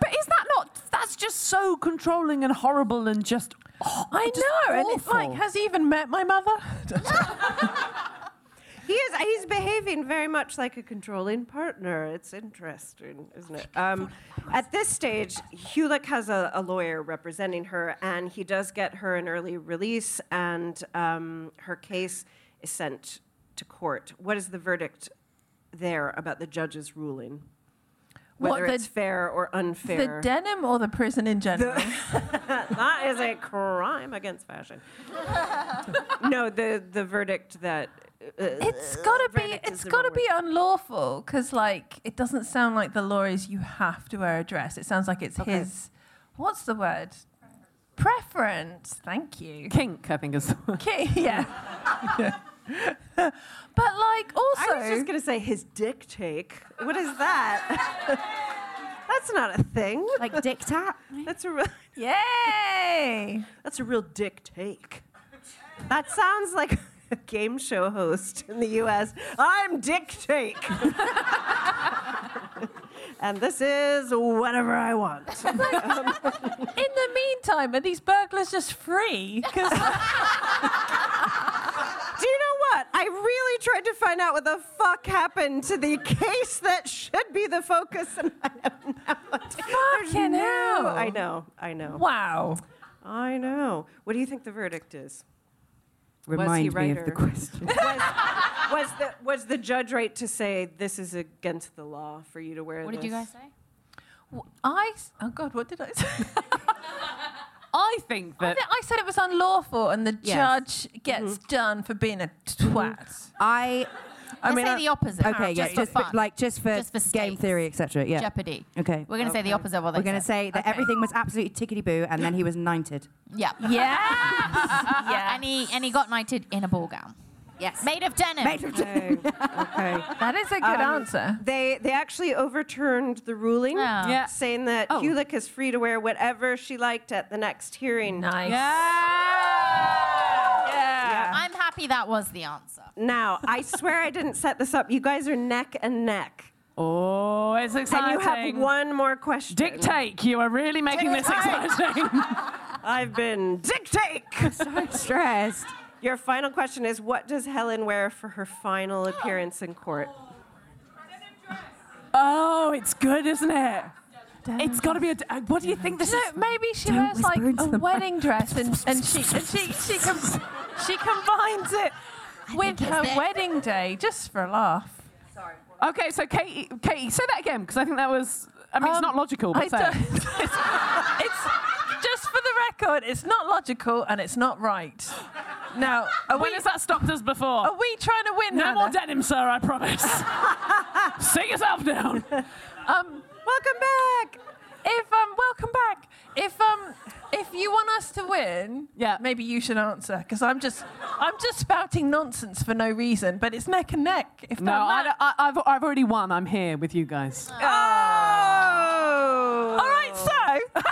But is that not? That's just so controlling and horrible and just. oh,
I
just
know, and it's like,
awful.
has he even met my mother?
he is. He's behaving very much like a controlling partner. It's interesting, isn't it? Um, at this stage, Hulick has a, a lawyer representing her, and he does get her an early release, and um, her case is sent to court. What is the verdict there about the judge's ruling?
What,
Whether
the-
it's fair or unfair.
the denim or the prison in general?
that is a crime against fashion. no, the the verdict that uh,
it's gotta be.
verdict is
It's
the
gotta
wrong
be unlawful because, like, it doesn't sound like the law is you have to wear a dress. It sounds like it's his. What's the word? preference. Thank you.
Kink, I think is.
Ki- yeah. but like
I
also
was just gonna say his dick take. What is that? That's not a thing.
Like dick tap.
That's a real
Yay!
That's a real dick take. That sounds like a game show host in the US. I'm Dick Take. and this is whatever I want.
in the meantime, are these burglars just free? 'Cause-
Do you know what? I really tried to find out what the fuck happened to the case that should be the focus, and I have no idea.
Fucking
There's
hell.
I know. I know.
Wow.
I know. What do you think the verdict is? was he
Remind
right
me of the
or-
question.
Was, was the was the judge right to say this is against the law for you to wear?
What
this?
did you guys say? Well, I s- oh god, what did I say? I
think
I,
that-
said it was unlawful, and the
Yes.
judge gets done for being a twat.
I. uh,
I mean,
say
I-
the opposite.
Okay, yeah,
just for
just for,
fun.
like just for, game theory, etc. Yeah.
Jeopardy.
Okay.
We're gonna say the opposite of what they
We're going to say
said.
that everything was absolutely tickety boo, and then he was knighted.
Yeah. Yeah. yeah. And he and he got knighted in a ball gown. Yes. Made of denim.
Made of
denim. Okay. Um,
That is a good answer.
They they actually overturned the
Oh.
ruling,
Yeah.
saying that
Oh.
Hulick is free to wear whatever she liked at the next hearing.
Nice.
I'm happy that was the answer.
Now I swear I didn't set this up. You guys are neck and neck.
Oh, it's
And
exciting.
you have one more question.
Dictate. You are really making this
Dictate.
exciting.
I've been dictate. so stressed. Your final question is: What does Helen wear for her final appearance in court?
oh, it's good, isn't it? It's got to be a. uh, What do you think this
No,
is?
maybe she
Don't
wears like
whisper into
a
the mic.
wedding dress, and, and she and she she, com- she combines it with
it's
her
there.
wedding day just for a laugh.
Okay, so Katie, Katie, say that again because I think that was. I mean, it's
Um,
not logical, but
I
say
don't-
it.
It's just for the record, it's not logical and it's not right. Now, are
When
we,
has that stopped us before?
are we trying to win?
no
Hannah?
more denim, sir. I promise. Sit yourself down.
Um,
welcome back.
If um, welcome back. If um, if you want us to win, yeah, maybe you should answer because I'm just I'm just spouting nonsense for no reason. But it's neck and neck. If
No,
they're
I,
mad-
I, I've, I've already won. I'm here with you guys.
Oh.
All right, so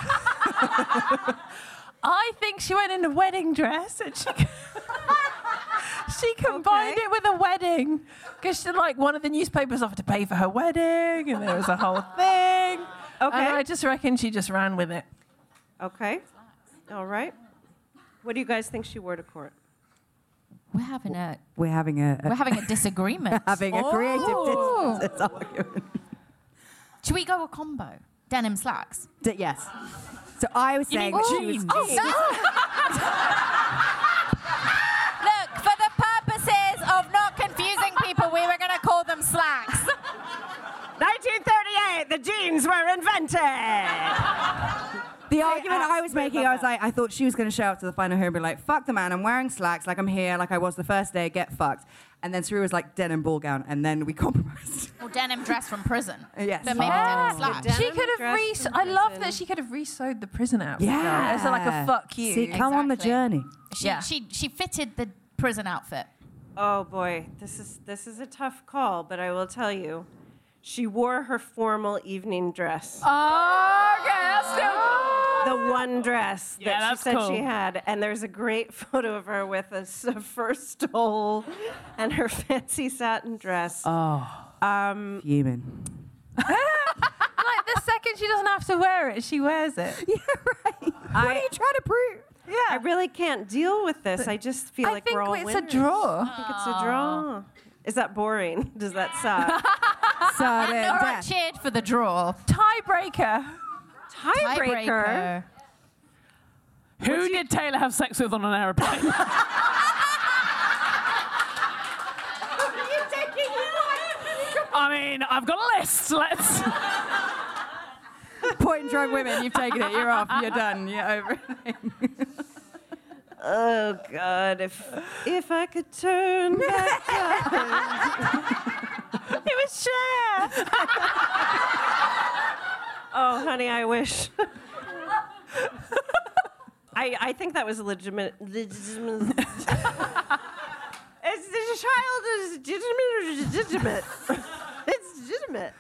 I think she went in a wedding dress and she she combined it with a wedding because like one of the newspapers offered to pay for her wedding and there was a whole thing.
Okay.
And I just reckon she just ran with it.
Okay. All right. What do you guys think she wore to court?
We're having a
We're having a.
we're having a disagreement.
having a creative
Oh.
dis- dis- argument.
Should we go a combo? Denim slacks.
D- yes. So I was
You mean
saying she was.
jeans? Look, for the purposes of not confusing people, we were going to call them slacks.
1938, the jeans were invented.
The argument I was making, I was like, I thought she was going to show up to the final here and be like, fuck the man, I'm wearing slacks, like I'm here, like I was the first day, get fucked. And then Saru was like, denim ball gown, and then we compromised.
Or denim dress from prison.
Yes.
But maybe Oh. denim slacks.
she could have re. I love that she could have resewed the prison outfit.
Yeah.
It's like a fuck you.
See, come on the
Exactly.
journey.
She, she, she fitted the prison outfit.
Oh boy, this is this is a tough call, but I will tell you, she wore her formal evening dress,
Oh,
Okay, that's
the one dress
Yeah,
that she
that's
said she
cool.
had, and there's a great photo of her with a s- a fur stole and her fancy satin dress.
Oh.
Um,
Fuming.
like the second she doesn't have to wear it, she wears it.
What are you trying to prove?
yeah, I really can't deal with this. I just feel
I
like
think
we're all
it's a
winners.
draw.
I think it's a draw. Is that boring? Does that suck?
Sudden
And Nora
death.
cheered for the draw.
Tiebreaker.
Tiebreaker.
Who did Taylor have sex with on an aeroplane? I mean, I've got a list. Let's.
Point drug women, you've taken it, you're off, you're done, you're over everything.
Oh God! If if I could turn back time. it was Cher. oh, honey, I wish. I, I think that was a legitimate. legitimate it's, the child is legitimate or legitimate. it's legitimate.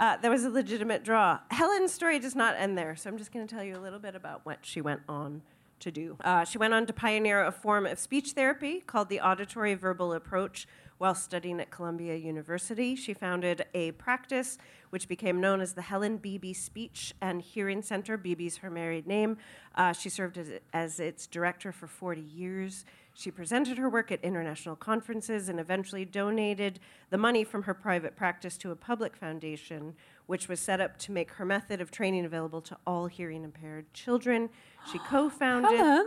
Uh, there was a legitimate draw. Helen's story does not end there, so I'm just going to tell you a little bit about what she went on to do. Uh, she went on to pioneer a form of speech therapy called the auditory verbal approach while studying at Columbia University. She founded a practice which became known as the Helen Beebe Speech and Hearing Center. Beebe's her married name. Uh, she served as, as its director for 40 years. She presented her work at international conferences and eventually donated the money from her private practice to a public foundation, which was set up to make her method of training available to all hearing impaired children. She co founded
Helen.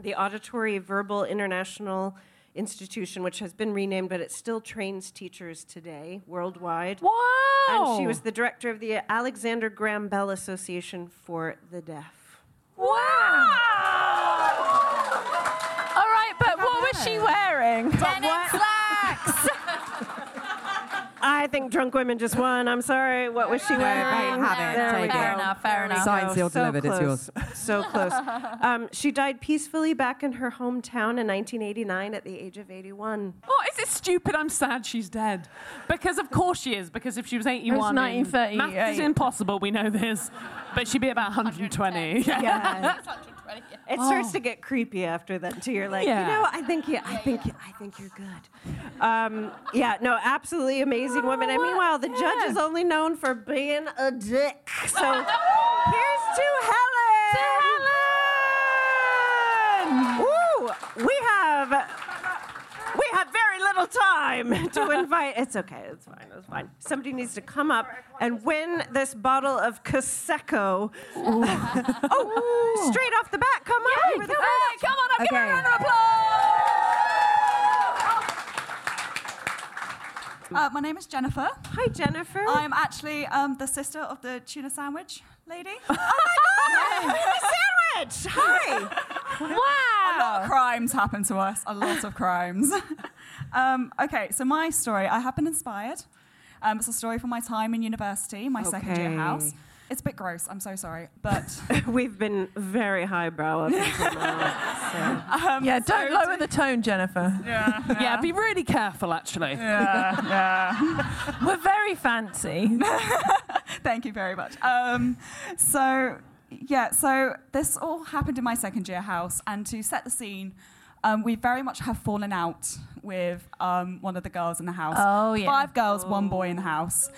the Auditory Verbal International Institution, which has been renamed, but it still trains teachers today worldwide. Wow!
Oh,
And she was the director of the Alexander Graham Bell Association for the Deaf.
All right, but what was she wearing?
what? I think drunk women just won. I'm sorry. What was she wearing?
have it.
There
Take
we
it.
go.
Fair enough, fair
There we
enough.
go.
Signed, sealed, delivered. It's
close.
yours.
So close. Um, she died peacefully back in her hometown in 1989 at the age of 81.
Oh, is it stupid? I'm sad she's dead. Because of course she is. Because if she was 81, in-
1938.
Math is impossible. We know this, but she'd be about 120.
Yeah. It
Oh.
starts to get creepy after that. too. You're like,
Yeah.
you know, I think you, I think, you, I think you're good. Um, yeah, no, absolutely amazing woman. And meanwhile, the judge is only known for being a dick. So here's to Helen. Woo! We have we have very little time to invite. It's okay. It's fine. It's fine. Somebody needs to come up and win this bottle of Prosecco. oh, straight off the bat, come on. you were the
come on,
first.
come on, I'll give her a round of
Uh, my name is Jennifer.
Hi, Jennifer.
I'm actually um, the sister of the tuna sandwich lady.
sandwich!
Hi! Wow! A lot of crimes happen to us, a lot of crimes. um, okay, so my story, I have been inspired. Um, it's a story from my time in university, my second year
Okay.
house. It's a bit gross, I'm so sorry, but
We've been very highbrow up until now. so.
um,
yeah, don't lower the tone, Jennifer.
Yeah,
yeah. be really careful, actually.
yeah. We're very fancy.
Thank you very much. Um, so, yeah, so this all happened in my second year house. And to set the scene, um, we very much have fallen out with um, one of the girls in the house.
Oh, yeah.
Five girls, one boy in the house.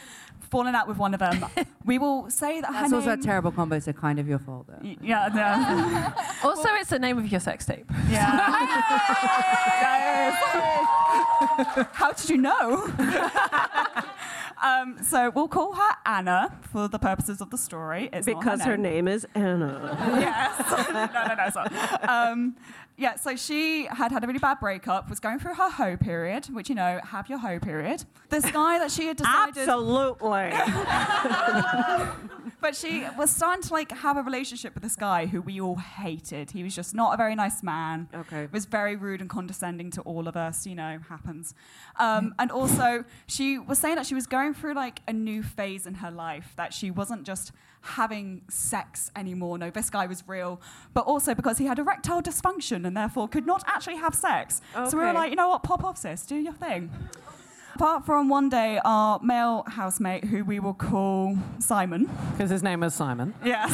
Fallen out with one of them. we will say that
That's
her
also a
name-
terrible combo, so kind of your fault, though.
Y- Yeah, no.
also, it's the name of your sex tape.
How did you know? um, so we'll call her Anna for the purposes of the story. It's not
Because her name is Anna.
yes. no, no, no, it's not. Um, yeah, so she had had a really bad breakup, was going through her hoe period, which, you know, have your hoe period. This guy that she had decided.
Absolutely.
but she was starting to, like, have a relationship with this guy who we all hated. He was just not a very nice man. Okay. Was very rude and condescending to all of us, you know, happens. Um, and also, she was saying that she was going through, like, a new phase in her life, that she wasn't just having sex anymore. No, this guy was real, but also because he had erectile dysfunction and therefore could not actually have sex. So we were
Okay.
like, you know what, pop off, sis, do your thing. Apart from one day, our male housemate, who we will call Simon.
Because his name was Simon.
Yes.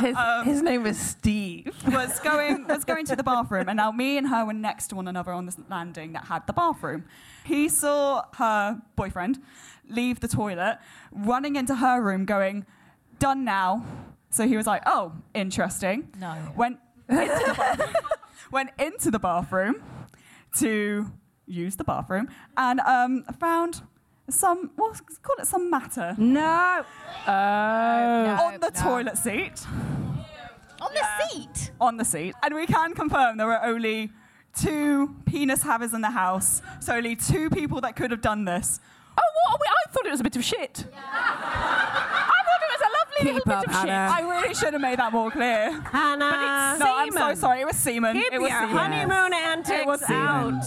His,
Um,
his name was Steve.
was going was going to the bathroom, and now me and her were next to one another on this landing that had the bathroom. He saw her boyfriend leave the toilet, running into her room, going, "Done now." So he was like, "Oh, interesting."
No.
Went into the bathroom, went into the bathroom to use the bathroom, and um, found. Some, well, call it some matter. No. on the toilet seat.
On the seat.
on the seat. And we can confirm there were only two penis havers in the house, so only two people that could have done this.
Oh, what? Are we? I thought it was a bit of shit.
I thought it was a lovely
Keep
little
up,
bit of
Hannah.
shit. I really should have made that more clear.
Hannah. But it's
no, I'm so
Uh, semen.
sorry. It was semen.
Keep
it was
your
semen.
honeymoon
It was
antics
semen.
out.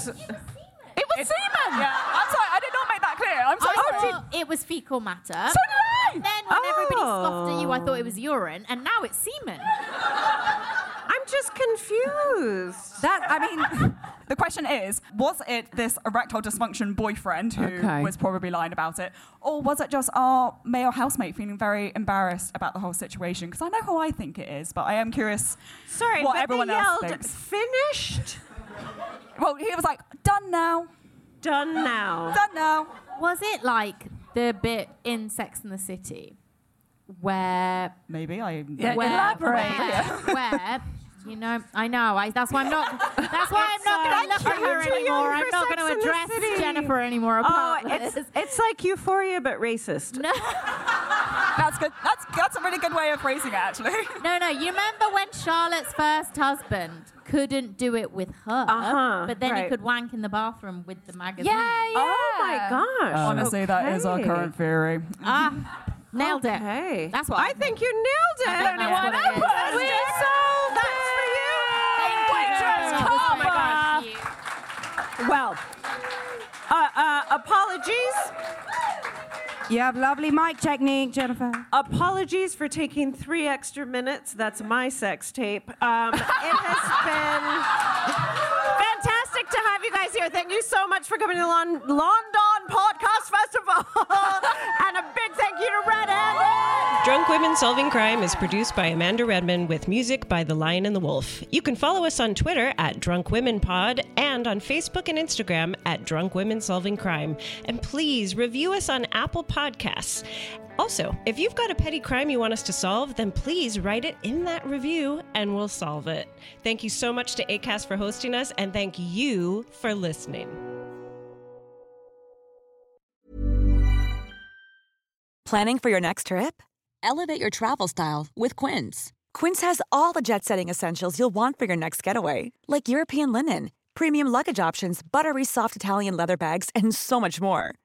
It was semen. Yeah, I'm sorry. I did not make that clear. I'm so
I
sorry.
thought it was fecal matter.
So did I.
And then when everybody scoffed at you, I thought it was urine, and now it's semen.
just confused.
That I mean, the question is: Was it this erectile dysfunction boyfriend who
Okay.
was probably lying about it, or was it just our male housemate feeling very embarrassed about the whole situation? Because I know who I think it is, but I am curious.
Sorry,
what
but they
everyone
yelled,
else thinks. Finished. Well, he was like, "Done now."
Done now.
Done now.
Was it like the bit in Sex and the City where
Maybe I.
where, Where, where, you know, I know. I, that's why I'm not. That's why I'm not going to look at her anymore. I'm not going to address Jennifer anymore.
Oh,
Apart
it's, it's like euphoria, but racist.
No.
that's good. That's that's a really good way of phrasing it, actually.
No, no. You remember when Charlotte's first husband couldn't do it with her,
Uh-huh,
but then
right.
he could wank in the bathroom with the magazine.
Yeah,
Oh
my
gosh.
Honestly, that is our
Okay.
current theory.
Ah, nailed it.
Okay.
That's what I,
think you nailed it.
I think that's what it is.
We solved it.
Thank you.
Waitress
Oh my gosh.
karma. Well, uh, uh, apologies.
You have lovely mic technique, Jennifer.
Apologies for taking three extra minutes. That's my sex tape. Um, it has been fantastic to have you guys here. Thank you so much for coming to the Lon- London Podcast Festival. and a big thank you to Reddit.
Drunk Women Solving Crime is produced by Amanda Redman with music by The Lion and the Wolf. You can follow us on Twitter at Drunk Women Pod and on Facebook and Instagram at Drunk Women Solving Crime. And please review us on Apple Podcasts. Also, if you've got a petty crime you want us to solve, then please write it in that review and we'll solve it. Thank you so much to ACAST for hosting us and thank you for listening.
Planning for your next trip? Elevate your travel style with Quince. Quince has all the jet setting essentials you'll want for your next getaway, like European linen, premium luggage options, buttery soft Italian leather bags, and so much more.